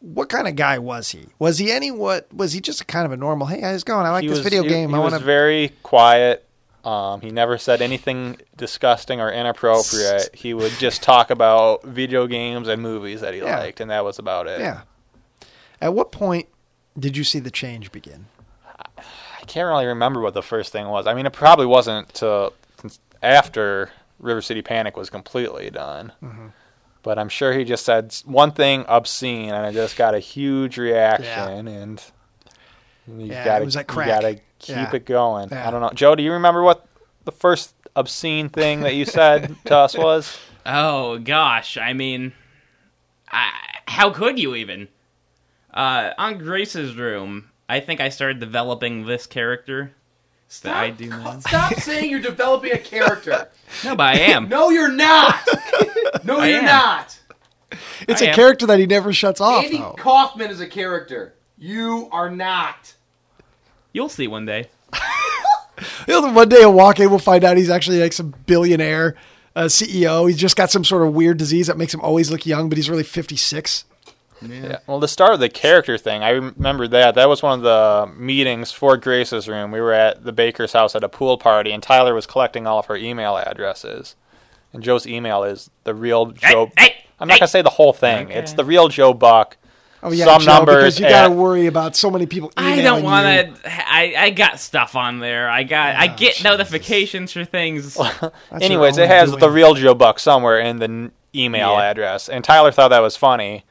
What kind of guy was he? Was he any what? Was he just kind of a normal? Hey, how's it going? I like this video he, game. He I was want to. very quiet. Um, he never said anything disgusting or inappropriate. He would just talk about video games and movies that he Yeah. liked, and that was about it. yeah. At what point did you see the change begin? I can't really remember what the first thing was. I mean, it probably wasn't till since after River City Panic was completely done. Mm-hmm. But I'm sure he just said s- one thing obscene, and I just got a huge reaction, and you Yeah, gotta, it was like you crack. gotta keep Yeah. it going. Yeah. I don't know, Joe. Do you remember what the first obscene thing that you said to us was? Oh gosh, I mean, I, how could you even? Uh, on Grace's room, I think I started developing this character. Stop. I do now. Stop saying you're developing a character. No, but I am. No, you're not. No, I you're am. not. It's I a am- character that he never shuts off. Andy though. Kaufman is a character. You are not. You'll see one day. You know, one day he'll walk in, we'll find out he's actually like some billionaire uh, CEO. He's just got some sort of weird disease that makes him always look young, but he's really 56. Yeah. Well, the start of the character thing, I remember that. That was one of the meetings for Grace's room. We were at the Baker's house at a pool party, and Tyler was collecting all of her email addresses. And Joe's email is the real Joe. hey, I'm not hey. gonna say the whole thing. It's the real Joe Buck. Oh yeah, Some Joe, numbers because you got at- to worry about so many people. I emailing don't you. Oh, want to. I, I got stuff on there. I got. I get notifications for things. That's your Anyways, own it has doing. the real Joe Buck somewhere in the n- email Yeah. address, and Tyler thought that was funny,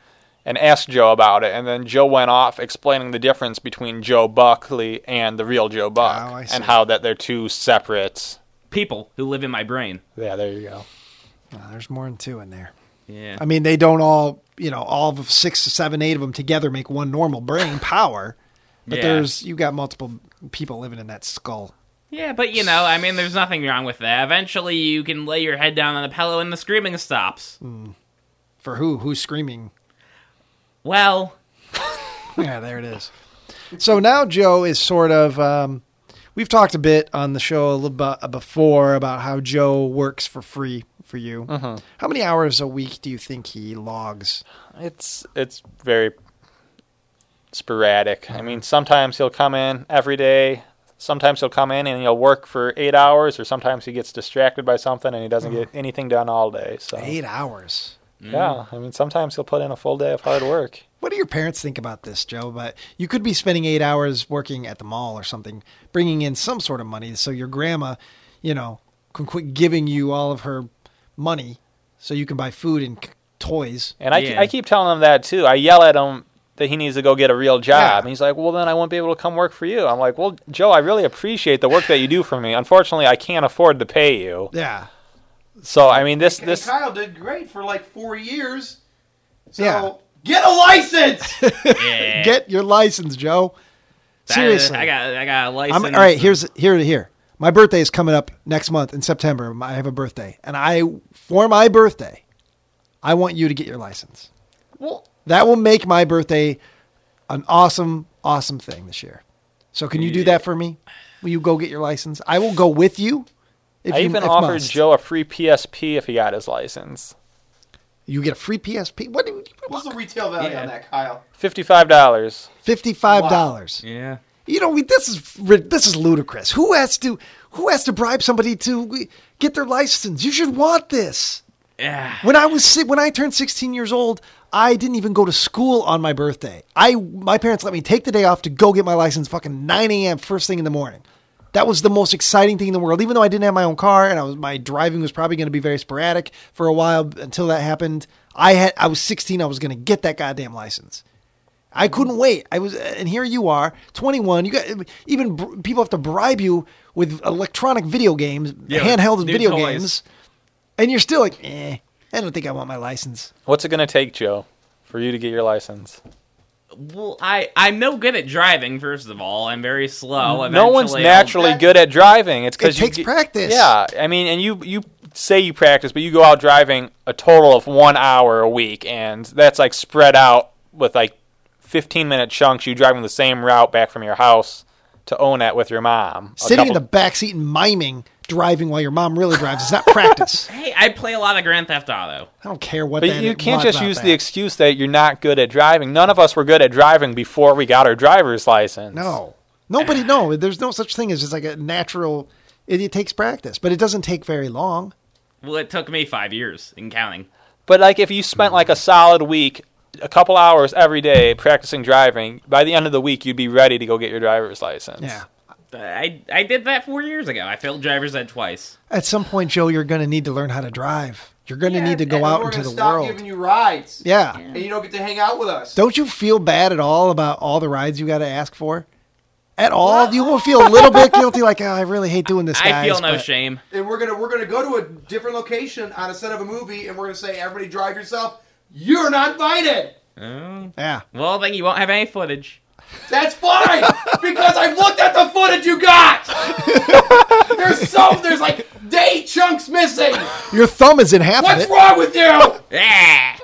and asked Joe about it, and then Joe went off explaining the difference between Joe Buckley and the real Joe Buck, Oh, I see. and how that they're two separate. People who live in my brain. Yeah, there you go. Oh, there's more than two in there. Yeah. I mean, they don't all, you know, all of six, seven, eight of them together make one normal brain power. But Yeah. there's you got multiple people living in that skull. Yeah, but you know, I mean, there's nothing wrong with that. Eventually, you can lay your head down on the pillow and the screaming stops. For who? Who's screaming? Well, yeah, there it is. So now Joe is sort of. Um, we've talked a bit on the show a little bit before about how Joe works for free for you. How many hours a week do you think he logs? It's it's very sporadic. I mean, sometimes he'll come in every day. Sometimes he'll come in and he'll work for eight hours, or sometimes he gets distracted by something and he doesn't get anything done all day. So Mm-hmm. Eight Mm-hmm. hours. yeah, I mean, sometimes he'll put in a full day of hard work. What do your parents think about this, Joe? But you could be spending eight hours working at the mall or something, bringing in some sort of money, so your grandma, you know, can quit giving you all of her money, so you can buy food and c- toys. And I, Yeah. I keep telling him that too. I yell at him that he needs to go get a real job. Yeah. And he's like, well, then I won't be able to come work for you. I'm like, well, Joe, I really appreciate the work that you do for me. Unfortunately, I can't afford to pay you. Yeah, So, I mean, this, And this, Kyle did great for like four years. So Yeah. get a license. Yeah. get your license, Joe. That- Seriously, I got I got a license. I'm, all right, here's here here. My birthday is coming up next month in September. I have a birthday, and I for my birthday, I want you to get your license. well, That will make my birthday an awesome, awesome thing this year. So can you do that for me? Will you go get your license? I will go with you. If I you- even if offered must. Joe a free PSP if he got his license. You get a free PSP. What? do you- What's the retail value on that, Kyle? Fifty-five dollars. Fifty-five dollars. Yeah. You know, we, this is rid- this is ludicrous. Who has to who has to bribe somebody to uh, get their license? You should want this. Yeah. When I was si- when I turned 16 years old, I didn't even go to school on my birthday. I my parents let me take the day off to go get my license, fucking 9 a.m. first thing in the morning. That was the most exciting thing in the world. Even though I didn't have my own car and I was my driving was probably going to be very sporadic for a while until that happened. I had I was 16. I was going to get that goddamn license. I couldn't wait. I was, and here you are, 21. You got even br- people have to bribe you with electronic video games, Yeah, handheld new video toys. games, and you're still like, eh, I don't think I want my license. What's it going to take, Joe, for you to get your license? Well, I I'm no good at driving. First of all, I'm very slow. No one's Eventually I'll- naturally good at driving. It's because It takes practice. Yeah, I mean, and you you say you practice, but you go out driving a total of one hour a week, and that's like spread out with like fifteen minute chunks. You driving the same route back from your house to own that with your mom. A Sitting in the couple- backseat and miming driving while your mom really drives is not practice. Hey, I play a lot of Grand Theft Auto. I don't care what. But that you is- can't what just about use that. the excuse that you're not good at driving. None of us were good at driving before we got our driver's license. No, nobody. No, there's no such thing as just like a natural. It, it takes practice, but it doesn't take very long. Well, it took me five years in counting. But like if you spent like a solid week, a couple hours every day practicing driving, by the end of the week you'd be ready to go get your driver's license. Yeah. I I did that four years ago. I failed driver's ed twice. At some point, Joe, you're going to need to learn how to drive. You're going to need to go And out we're into the gonna stop world. giving you rides. Yeah. And you don't get to hang out with us. Don't you feel bad at all about all the rides you got to ask for? At all? Do you won't feel a little bit guilty? Like, oh, I really hate doing this. I feel guys," no but- shame. and we're gonna we're gonna go to a different location on a set of a movie, and we're gonna say, "Everybody drive yourself. You're not invited. Yeah. Well, then you won't have any footage. That's fine because I've looked at the footage you got. there's so there's like day chunks missing. Your thumb is in half of What's it. wrong with you? Ah!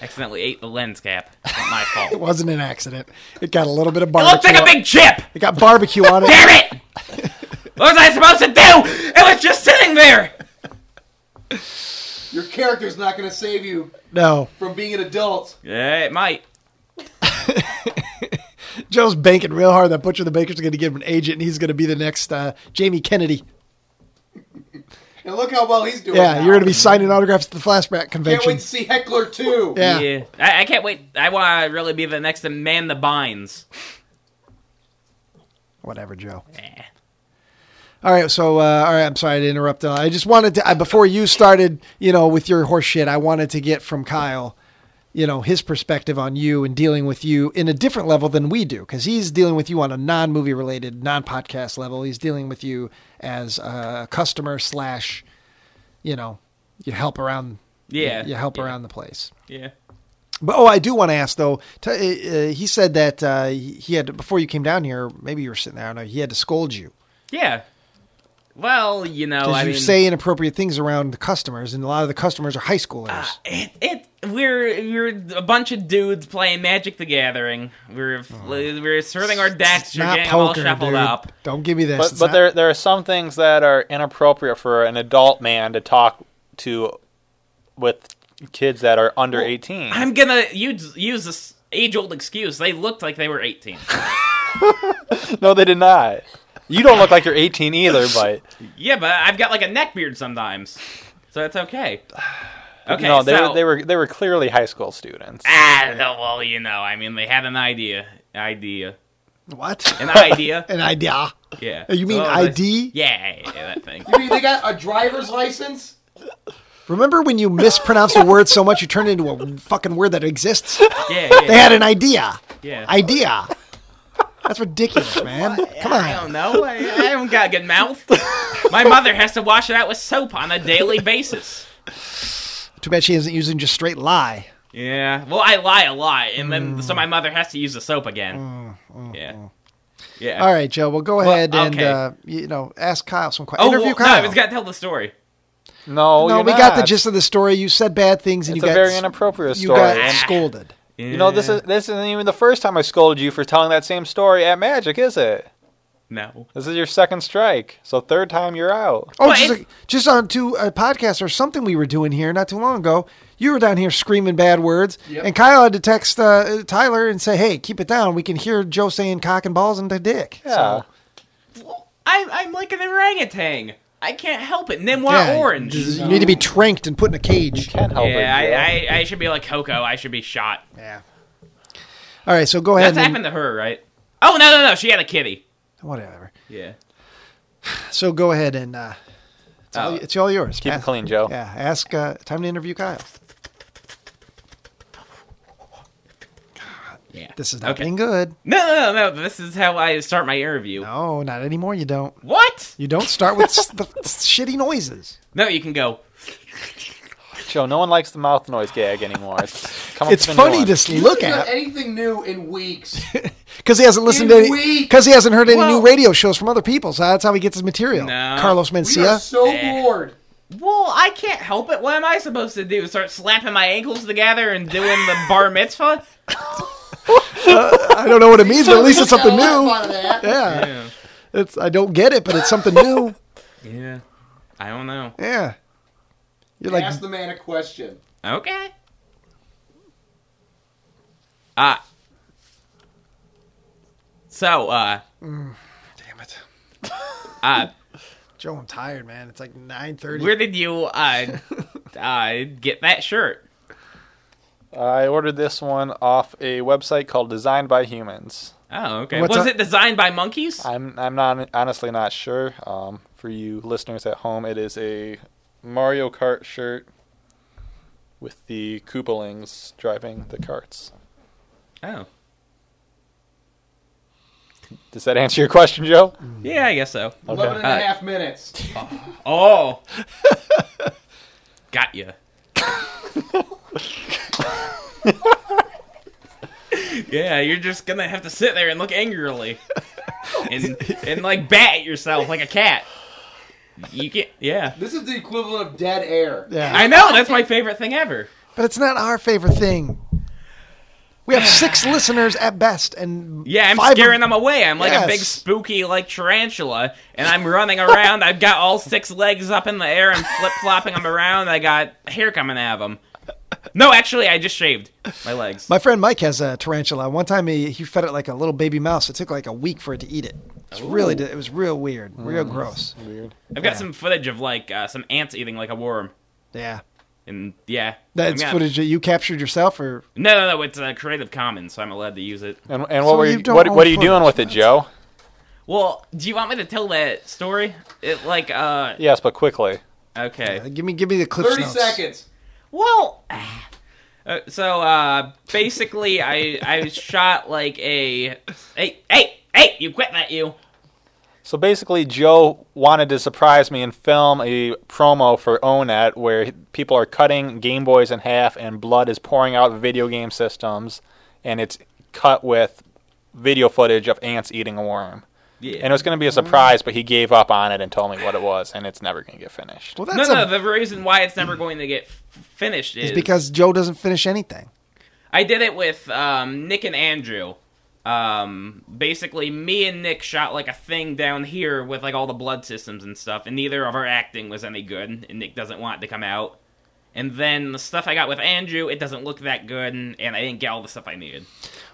Accidentally ate the lens cap. It's not my It fault. wasn't an accident. It got a little bit of It looks barbecue. like a on- big chip. it got barbecue on it. Damn it! What was I supposed to do? It was just sitting there. Your character's not gonna save you No. from being an adult. Yeah, it might. Joe's banking real hard that Butcher the Baker's going to give him an agent and he's going to be the next uh, Jamie Kennedy. And look how well he's doing. Yeah, now. you're going to be signing autographs at the flashback Can't wait convention. to see Heckler too. Yeah. uh, I, I can't wait. I want to really be the next to man the binds. Whatever, Joe. Eh. All right, so uh, all right. I'm sorry to interrupt. Uh, I just wanted to I, before you started, you know, with your horse shit. I wanted to get from Kyle, you know, his perspective on you and dealing with you in a different level than we do, because he's dealing with you on a non-movie related, non-podcast level. He's dealing with you as a customer slash, you know, you help around. Yeah. you help Yeah. around the place. Yeah. But oh, I do want to ask though. T- uh, uh, he said that uh, he he had before you came down here. Maybe you were sitting there. I don't know. He had to scold you. Yeah. Well, you know, Because Oh, I you mean, Ah, say inappropriate things around the customers, and a lot of the customers are high schoolers. it, it we're we're a bunch of dudes playing Magic the Gathering. We're we're serving our decks. You're Oh. not getting them all poker, shuffled dude. up. Don't give me this. But, It's but not- there there are some things that are inappropriate for an adult man to talk to with kids that are under 18. I'm gonna use use this age old excuse. They looked like they were 18. No, they did not. You don't look like you're 18 either, but yeah, but I've got like a neck beard sometimes, so it's okay. Okay, no, they so, were they were they were clearly high school students. ah well, you know, I mean, they had an idea, idea, what? an idea. An idea. Yeah. You mean Oh, the- ID? Yeah, yeah, yeah, that thing. You mean they got a driver's license? Remember when you mispronounced a word so much you turned it into a fucking word that exists? Yeah, They yeah, had an idea. yeah. Idea. That's ridiculous, man. Come I on. don't know. I, I haven't got a good mouth. My mother has to wash it out with soap on a daily basis. Too bad she isn't using just straight lie. Yeah. Mm. Well, I lie a lot, and then so my mother has to use the soap again. Yeah. Yeah. All right, Joe. Well, go ahead and okay. uh, you know ask Kyle some questions. Oh, Interview well, no, I Kyle. was gonna tell the story. No, no, Oh, you're we got the not. gist of the story. You said bad things, and It's you a got very inappropriate you story. got Ah. scolded. You know, this is this isn't even the first time I scolded you for telling that same story at Magic, is it? no. This is your second strike, so third time you're out. Oh, But just, it's- like- just on to a podcast or something we were doing here not too long ago. You were down here screaming bad words, and Kyle had to text uh, Tyler and say, "Hey, keep it down. We can hear Joe saying cock and balls and the dick." Yeah. So, I'm I'm like an orangutan. I can't help it. Nimwa yeah, orange. You, you need to be tranked and put in a cage. Can't help yeah, it. Joe. I, I I should be like Coco. I should be shot. Yeah. All right, so go ahead. That's and happened to her, right? Oh no no no! She had a kitty. Whatever. Yeah. So go ahead and uh, it's, all, Oh. it's all yours. Keep it Ask- clean, Joe. Yeah, ask. Uh, time to interview Kyle. Yeah. This is not Okay. being good. No, no, no, no. This is how I start my interview. No, not anymore. You don't. What? You don't start with s- the shitty noises. No, you can go. Joe, no one likes the mouth noise gag anymore. It's, come up It's with a new funny one. to s- look He's done at anything new in weeks. because he hasn't listened In to any weeks. because he hasn't heard any Well- new radio shows from other people. So that's how he gets his material. No. Carlos We are Mencia. so bored. Well, I can't help it. What am I supposed to do? Start slapping my ankles together and doing the bar mitzvah? I don't know what it means, but at least it's Got a something laugh new. out of that. Yeah. It's I don't get it, but it's something new. Yeah. I don't know. Yeah. You're like Ask the man a question. Okay. Uh. So, uh, damn it. uh, Joe, I'm tired, man. It's like nine thirty. where did you, uh, uh, get that shirt? I ordered this one off a website called Designed by Humans. Oh, okay. What's Was a- it designed by monkeys? I'm I'm not honestly not sure. Um, for you listeners at home, it is a Mario Kart shirt with the Koopalings driving the carts. oh. Does that answer your question, Joe? Yeah, I guess so. Oh, Eleven and a half Uh, minutes. Oh. Got you. yeah, you're just gonna have to sit there and look angrily, and and like bat at yourself like a cat. You can't. Yeah, This is the equivalent of dead air. yeah. I know. That's my favorite thing ever. But it's not our favorite thing. We have six listeners at best, and Yeah, I'm five of- scaring them away. I'm like a big Yes. spooky like tarantula, and I'm running around. I've got all six legs up in the air. I'm flip flopping them around. I got hair coming out of them. No, actually, I just shaved my legs. My friend Mike has a tarantula. One time he, he fed it like a little baby mouse. It took like a week for it to eat it. It's really it was real weird, real gross. I've got some footage of like uh, some ants eating like a worm, Yeah, and yeah, that's I'm gonna- footage that you captured yourself, or No, no, no, it's uh, Creative Commons, so I'm allowed to use it. And, and what So were you you, don't what own what are you footage, doing with it, Joe? Well, do you want me to tell that story? It like uh Yes, but quickly. okay. uh, give me give me the clip. Thirty seconds. Well, uh, so uh basically, I I shot like a hey hey hey you quit that you So basically, Joe wanted to surprise me and film a promo for Onet where he- people are cutting Game Boys in half and blood is pouring out of video game systems, and it's cut with video footage of ants eating a worm. Yeah. And it was going to be a surprise, but he gave up on it and told me what it was, and it's never going to get finished. Well, no, that's no. a, The reason why it's never going to get f- finished is is because Joe doesn't finish anything. I did it with um, Nick and Andrew. Um, basically, me and Nick shot like a thing down here with like all the blood systems and stuff, and neither of our acting was any good, and Nick doesn't want it to come out. And then the stuff I got with Andrew, it doesn't look that good, and, and I didn't get all the stuff I needed.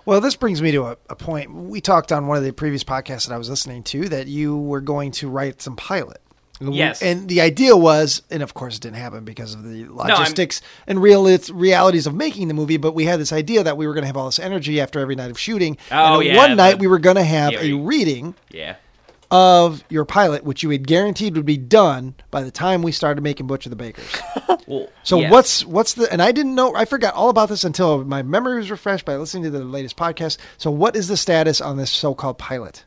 Well, this brings me to a, a point. We talked on one of the previous podcasts that I was listening to that you were going to write some pilot. And we- Yes. And the idea was, and of course it didn't happen because of the I'm- logistics and real it's realities of making the movie, but we had this idea that we were going to have all this energy after every night of shooting. Oh, and on yeah, one night the we were going to have a theory. reading Yeah. of your pilot, which you had guaranteed would be done by the time we started making Butcher the Bakers. Well, So yes. what's what's the and I didn't know I forgot all about this until my memory was refreshed by listening to the latest podcast. So what is the status on this so-called pilot?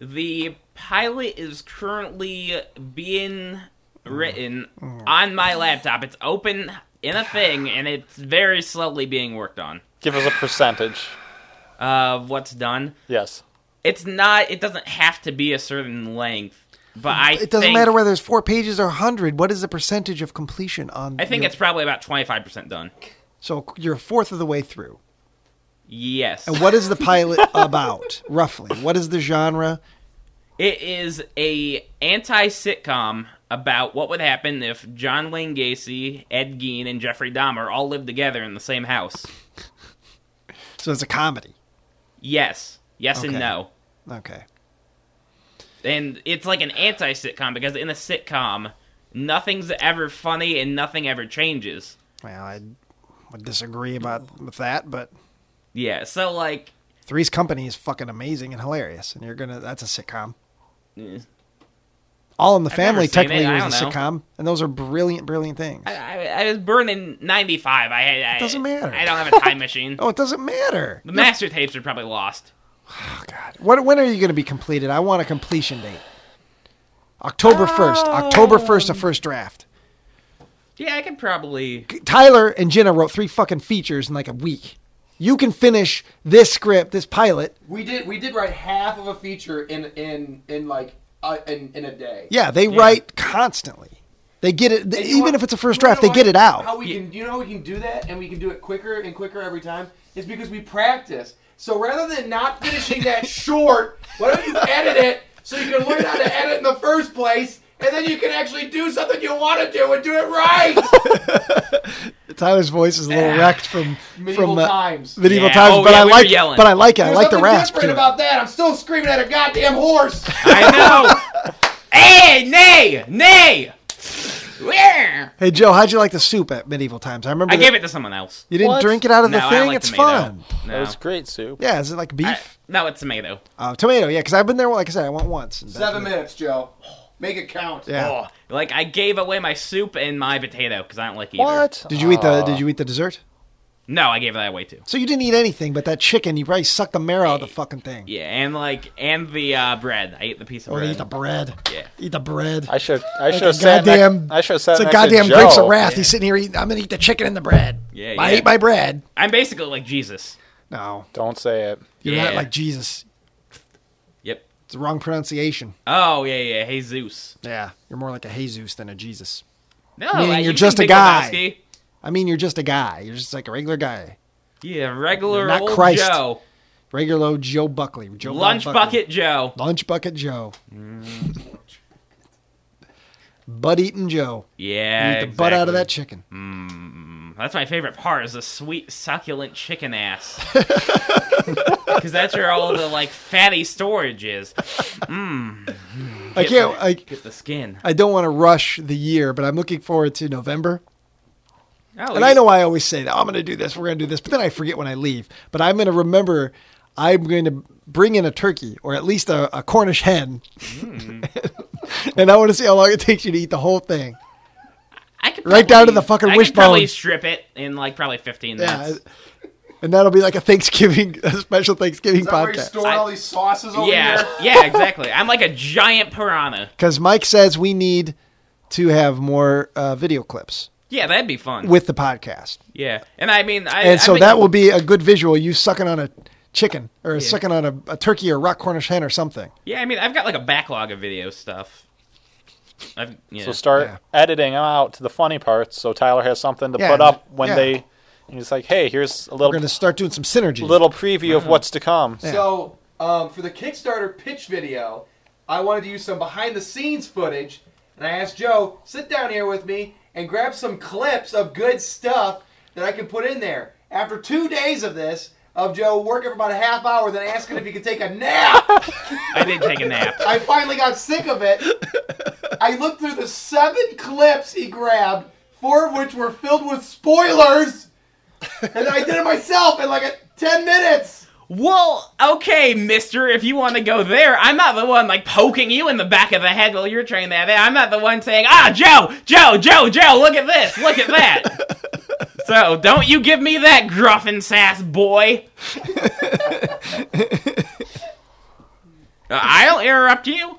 The pilot is currently being written Mm. on my laptop. It's open in a thing, and it's very slowly being worked on. Give us a percentage. Of what's done, Yes. it's not. It doesn't have to be a certain length, but I. It doesn't think- matter whether it's four pages or hundred. What is the percentage of completion on? I think your- it's probably about twenty five percent done. so you're a fourth of the way through. Yes, And what is the pilot about roughly? What is the genre? it is a anti sitcom about what would happen if John Wayne Gacy, Ed Gein, and Jeffrey Dahmer all lived together in the same house. So it's a comedy. Yes, yes, Okay. and no. Okay. and it's like an anti sitcom because in a sitcom, nothing's ever funny and nothing ever changes. Well, I would disagree about with that, but Yeah, so like, Three's Company is fucking amazing and hilarious, and you're gonna that's a sitcom. eh, All in the I've never Family seen technically it. I was a don't know. sitcom, and those are brilliant, brilliant things. I, I, I was born in '95. I, I it doesn't matter. I don't have a time machine. Oh, it doesn't matter. The master tapes are probably lost. God. What, when are you going to be completed? I want a completion date. October Oh. 1st. October 1st, a first draft. Yeah, I could probably. Tyler and Jenna wrote three fucking features in like a week. You can finish this script, this pilot. We did we did write half of a feature in in in like uh, in in a day. Yeah, they write constantly. They get it, And you even know if it's a what- first you wanna draft, they know get it how- out. How we can, you know, how we can do that, and we can do it quicker and quicker every time is because we practice. So rather than not finishing that short, why don't you edit it so you can learn how to edit in the first place, and then you can actually do something you want to do and do it right. Tyler's voice is a Ah. little wrecked from Medieval from uh, times. medieval Yeah. times, Oh, but yeah, I we were like yelling. but I like it. I There's like the nothing rasp. different to it. about that. I'm still screaming at a goddamn horse. I know. hey, nay, nay. Where? Hey Joe, how'd you like the soup at medieval times? I remember I that- gave it to someone else. You didn't What? drink it out of the No, I thing. like it's tomato. fun. That No, was great, Sue. Yeah, is it like beef? I- no, it's tomato. Uh, tomato, yeah, because I've been there. Like I said, I went once. and back Seven to- minutes, Joe. Make it count. Yeah. Oh, like I gave away my soup and my potato because I don't like either. What? Did you eat the Oh. Did you eat the dessert? No, I gave that away too. So you didn't eat anything, but that chicken, you probably sucked the marrow out of the fucking thing. Yeah, and like and the uh, bread. I ate the piece of Or bread. Oh, eat the bread. Yeah. Eat the bread. I should. I Like should have a sat. goddamn. next- I should have sat. It's a next goddamn to Joe. grapes of wrath. He's sitting here eating. I'm gonna eat the chicken and the bread. Yeah, I yeah. ate my bread. I'm basically like Jesus. No, Don't say it. you're yeah. not like Jesus. Yep. It's the wrong pronunciation. Oh yeah, yeah. Hey Zeus. Yeah, you're more like a Jesus than a Jesus. No, Meaning like, you're you just a can Big guy. Lebowski. I mean, you're just a guy. You're just like a regular guy. Yeah, regular You're not old Christ. Joe. Regular old Joe Buckley. Joe Bob Lunch Buckley. bucket Joe. Lunch Bucket Joe. Mm. butt eating Joe. Yeah, Eat the butt out exactly. Mm-hmm. of that chicken. That's my favorite part is the sweet succulent chicken ass. Because that's where all the like fatty storage is. I can't. I, Get the skin. I don't want to rush the year, but I'm looking forward to November. Oh, And I know I always say that I'm going to do this, we're going to do this, but then I forget when I leave. But I'm going to remember. I'm going to bring in a turkey or at least a, a Cornish hen, Mm. and I want to see how long it takes you to eat the whole thing. I could right down to probably- the fucking I could wishbone. probably strip it in like probably 15 Yeah. minutes. And that'll be like a Thanksgiving, a special Thanksgiving Is that where you podcast. store all these sauces Oh, over Yeah, here? yeah, exactly. I'm like a giant piranha. because Mike says we need to have more uh, video clips Yeah, that'd be fun. with the podcast, yeah, and I mean, I, and I so think- that will be a good visual. You sucking on a chicken or sucking on a, a turkey or rock Cornish hen or something. Yeah, I mean, I've got like a backlog of video stuff. I've, yeah. So start Yeah. editing out the funny parts so Tyler has something to Yeah, put up when yeah. they. And he's like, hey, here's a We're little going to start doing some synergy. little preview of what's to come. So um, for the Kickstarter pitch video, I wanted to use some behind the scenes footage, and I asked Joe sit down here with me and grab some clips of good stuff that I can put in there. After two days of this, of Joe working for about a half hour, then asking if he could take a nap. I did take a nap. I finally got sick of it. I looked through the seven clips he grabbed, four of which were filled with spoilers, and then I did it myself in like a, ten minutes. Well, okay, mister, if you want to go there, I'm not the one like poking you in the back of the head while you're trying that. I'm not the one saying, ah, Joe, Joe, Joe, Joe, look at this, look at that. so don't you give me that gruff and sass boy. Uh, I'll interrupt you.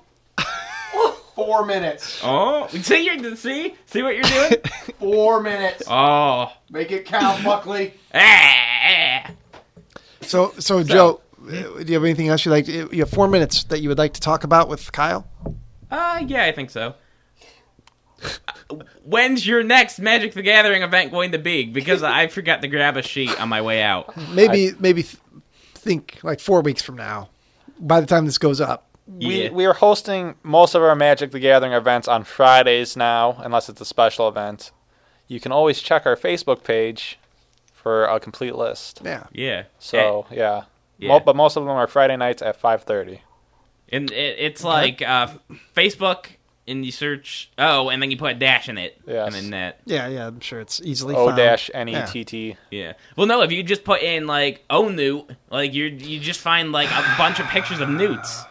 Four minutes. Oh, see you see see what you're doing. Four minutes. oh, Make it count, Buckley. ah. So, so, Joe, uh, do you have anything else you like? You have four minutes that you would like to talk about with Kyle. Uh, yeah, I think so. When's your next Magic the Gathering event going to be? Because I forgot to grab a sheet on my way out. Maybe, maybe th- think like four weeks from now. By the time this goes up, We, Yeah. we are hosting most of our Magic the Gathering events on Fridays now, unless it's a special event. You can always check our Facebook page for a complete list. yeah. Yeah. So yeah, Yeah. Mo- but most of them are Friday nights at five thirty. And it, it's like uh, Facebook, and you search. Oh, and then you put a dash in it. Yes. And then that. Yeah, yeah, I'm sure it's easily O found. dash N E T T. Yeah. Well, no, if you just put in like "oh newt," like you you just find like a bunch of pictures of newts,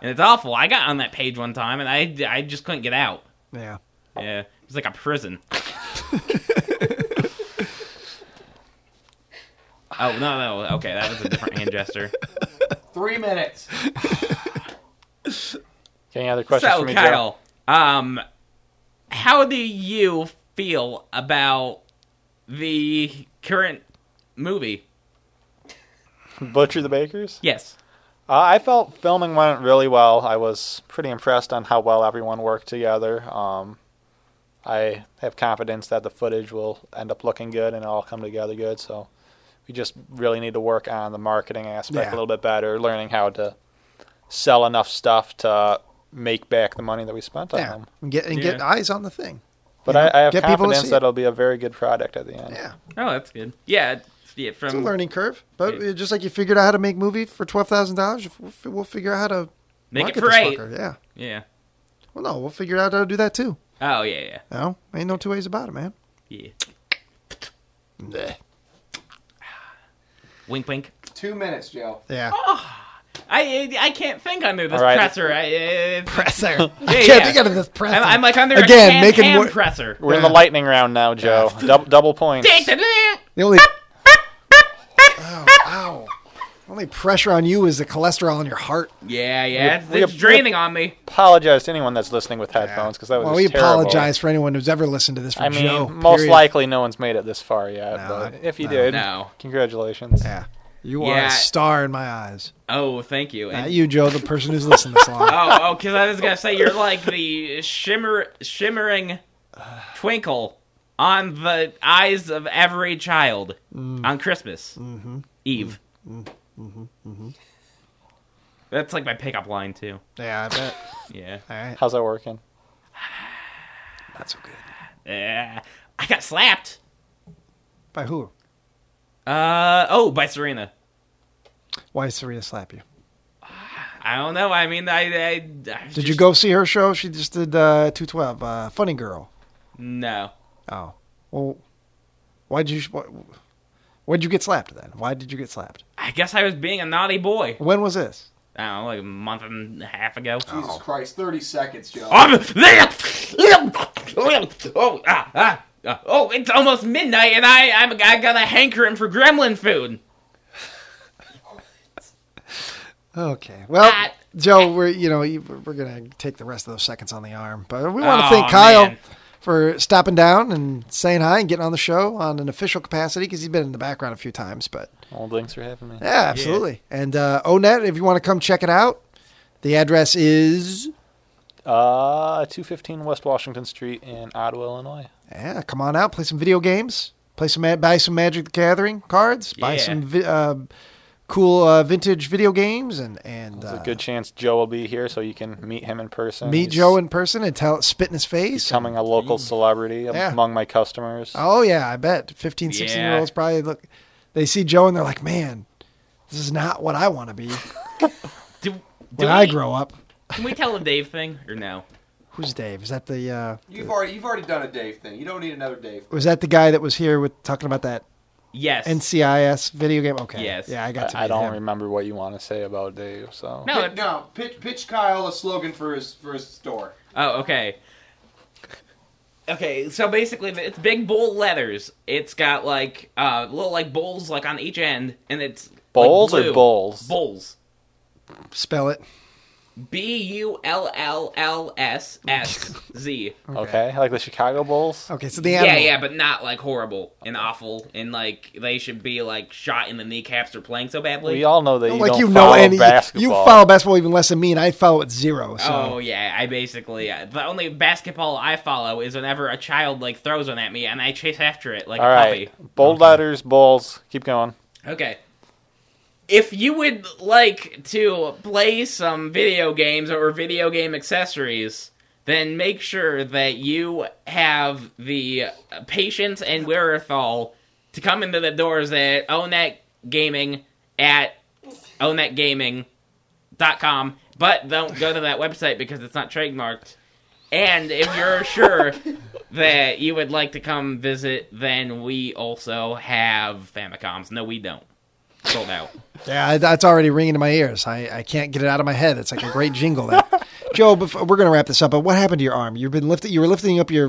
and it's awful. I got on that page one time, and I I just couldn't get out. Yeah. yeah. Yeah. It's like a prison. oh no no okay that was a different hand gesture. Three minutes. Any other questions So for me, Joe? Kyle, um, how do you feel about the current movie? Butcher the Bakers. Yes. Uh, I felt filming went really well. I was pretty impressed on how well everyone worked together. Um, I have confidence that the footage will end up looking good and it'll all come together good. So we just really need to work on the marketing aspect Yeah. a little bit better, learning how to sell enough stuff to make back the money that we spent on them. And get and get Yeah. eyes on the thing. But You know, I, I have get people to see confidence it. that it'll be a very good product at the end. Yeah, Oh, that's good. Yeah. it's- Yeah. it's a From learning curve, but Um, Yeah. uh, just like you figured out how to make movie for twelve thousand dollars, we'll figure out how to Make market it for this eight. fucker. Yeah. yeah. Well, no, we'll figure out how to do that too. Oh yeah yeah No, ain't no two ways about it, man. yeah. Wink wink. Two minutes, Joe. Yeah. I I can't think under this All right. presser. I, it's, Presser. yeah, Can't yeah. think out of this presser. I'm, I'm like under Again, a can, making can wor- presser. We're in the Yeah. lightning round now, Joe. Dou- double points. Take the- the only. Ow, ow. Only pressure on you is the cholesterol in your heart. Yeah, yeah, it's, we- it's draining on me. Apologize to anyone that's listening with headphones because that was Well, just we terrible. apologize for anyone who's ever listened to this from I mean, Joe. most period. likely no one's made it this far yet. No, but I- if you no. did, No. congratulations. Yeah. You are Yeah. a star in my eyes. Oh, thank you. And- Not you, Joe, the person who's listened this long. oh, oh, because I was gonna say you're like the shimmer, shimmering twinkle on the eyes of every child Mm. on Christmas Mm-hmm. Eve. That's like my pickup line too. yeah, I bet. Yeah. All right. How's that working? Not so good. Eh, I got slapped. By who? Uh oh, by Serena. Why did Serena slap you? I don't know. I mean, I. I, I Did you go see her show? She just did uh, 212, uh, Funny Girl. No. Oh. Well, why'd you. Why, why'd you get slapped then? Why did you get slapped? I guess I was being a naughty boy. When was this? I don't know, like a month and a half ago. Jesus Christ, 30 seconds, Joe. I'm oh, ah, ah, ah. oh, it's almost midnight, and I, I'm, I got a hankering for gremlin food. Okay. Well, Ah. Joe, we're you know you- we're gonna take the rest of those seconds on the arm, but we want to Oh, thank Kyle man. for stopping down and saying hi and getting on the show on an official capacity because he's been in the background a few times. But Well, thanks for having me. yeah, absolutely. And uh, Onet, if you want to come check it out, the address is Uh, 215 West Washington Street in Ottawa, Illinois. yeah. Come on out, play some video games, play some ma- buy some Magic the Gathering cards, buy Yeah. some vi- uh, cool uh, vintage video games, and and There's uh, a good chance Joe will be here, so you can meet him in person. meet He's Joe in person and tell spit in his face. Becoming a local celebrity Yeah. among my customers. Oh yeah, I bet 15, 16 year Yeah. olds probably look. They see Joe and they're like, "Man, this is not what I want to be Do, do when I we- grow up." Can we tell the Dave thing or no? Who's Dave? Is that the uh, You've already you've already done a Dave thing. You don't need another Dave. was that the guy that was here with talking about that Yes. NCIS video game? Okay, Yes. yeah, I got to. I meet don't him. remember what you want to say about Dave, so. no. Pi- it's- no, pitch, pitch Kyle a slogan for his for his store. Oh, okay. Okay, so basically, it's big bold letters. It's got like uh, little like bowls like on each end, and it's like, Bowls or blue. bowls? Bowls. Spell it. B U L L L S S Z. Okay, like the Chicago Bulls. Okay, so the Yeah, animal. yeah, but not like horrible and awful, and like they should be like shot in the kneecaps for playing so badly. We all know that you Like don't you know follow any basketball. you follow basketball even less than me, and I follow it zero. So Oh yeah, I basically uh, the only basketball I follow is whenever a child like throws one at me, and I chase after it like All a right, puppy. bold letters, Bulls. Keep going. Okay. If you would like to play some video games or video game accessories, then make sure that you have the patience and wherewithal to come into the doors at Onet Gaming at onetgaming.com, but don't go to that website because it's not trademarked. And if you're sure that you would like to come visit, then we also have Famicoms. No, we don't. Sold out. yeah, I- that's already ringing in my ears. I, I can't get it out of my head. It's like a great jingle. That Joe, before, we're gonna wrap this up. But what happened to your arm? You've been lifting. You were lifting up your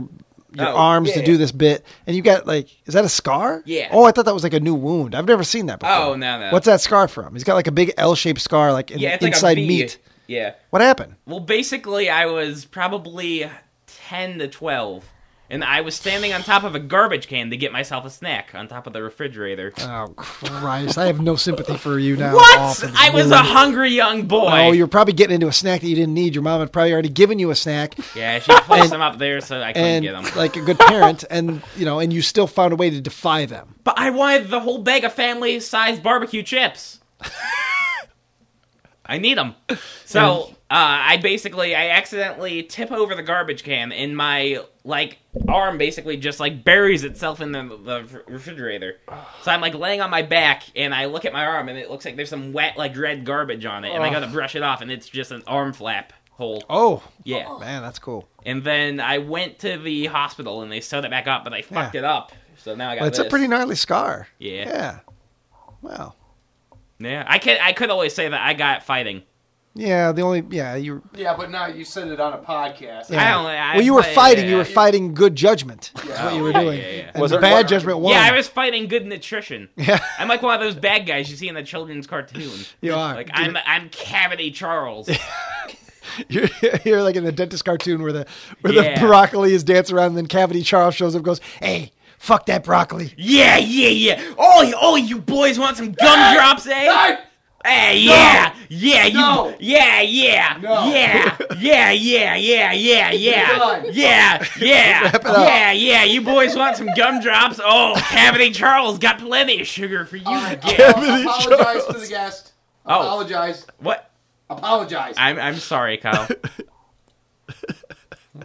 your Oh, arms to yeah. do this bit, and you got like, is that a scar? Yeah. Oh, I thought that was like a new wound. I've never seen that before. Oh, no, no. What's that scar from? He's got like a big L-shaped scar, like in, yeah, it's inside like a V. meat. Yeah. What happened? Well, basically, I was probably 10 to 12, and I was standing on top of a garbage can to get myself a snack on top of the refrigerator. Oh Christ! I have no sympathy for you now. at all what? for this I was wound. a hungry young boy. Oh, you're probably getting into a snack that you didn't need. Your mom had probably already given you a snack, Yeah, she placed And- them up there so I and couldn't get them. like a good parent, and you know, and you still found a way to defy them. But I wanted the whole bag of family sized barbecue chips. I need them. So uh, I basically I accidentally tip over the garbage can, and my like arm basically just like buries itself in the, the refrigerator. So I'm like laying on my back, and I look at my arm, and it looks like there's some wet like red garbage on it, and I gotta brush it off, and it's just an arm flap hole. Oh, Yeah. man, that's cool. And then I went to the hospital, and they sewed it back up, but I fucked Yeah. it up. So now I got. Well, it's a this. pretty gnarly scar. Yeah. Yeah. Wow. Yeah, I could I could always say that I got fighting. Yeah. The only yeah you. Yeah, but now you said it on a podcast. Yeah. I don't. I, well, you were I- fighting. you were yeah. fighting good judgment. That's what you were yeah, doing. yeah, yeah. And Was the it- bad judgment won. Yeah, I was fighting good nutrition. Yeah. I'm like one of those bad guys you see in the children's cartoon. You are. Like I'm I'm Cavity Charles. You're, you're like in the dentist cartoon where the where Yeah. the broccoli is dancing around, and then Cavity Charles shows up, and goes, "Hey, fuck that broccoli." yeah, yeah, yeah. Oh, you- oh, you boys want some gumdrops, eh? Hey! Hey, yeah, yeah, you, No. yeah, yeah, No. yeah, yeah, yeah, yeah, yeah, yeah, Done. yeah, yeah, yeah, yeah. You boys want some gumdrops? Oh, Cavity Charles got plenty of sugar for you to Alright, get. I'll- I'll apologize to the guest. Oh. Apologize. What? Apologize. I'm I'm sorry, Kyle.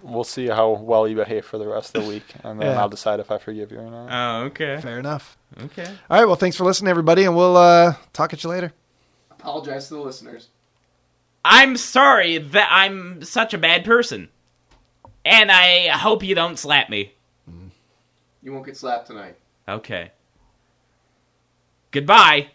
We'll see how well you behave for the rest of the week, and then Yeah. I'll decide if I forgive you or not. oh, okay. Fair enough. Okay. All right. Well, thanks for listening, everybody, and we'll uh, talk at you later. apologize to the listeners. I'm sorry that I'm such a bad person. And I hope you don't slap me. You won't get slapped tonight. Okay. Goodbye.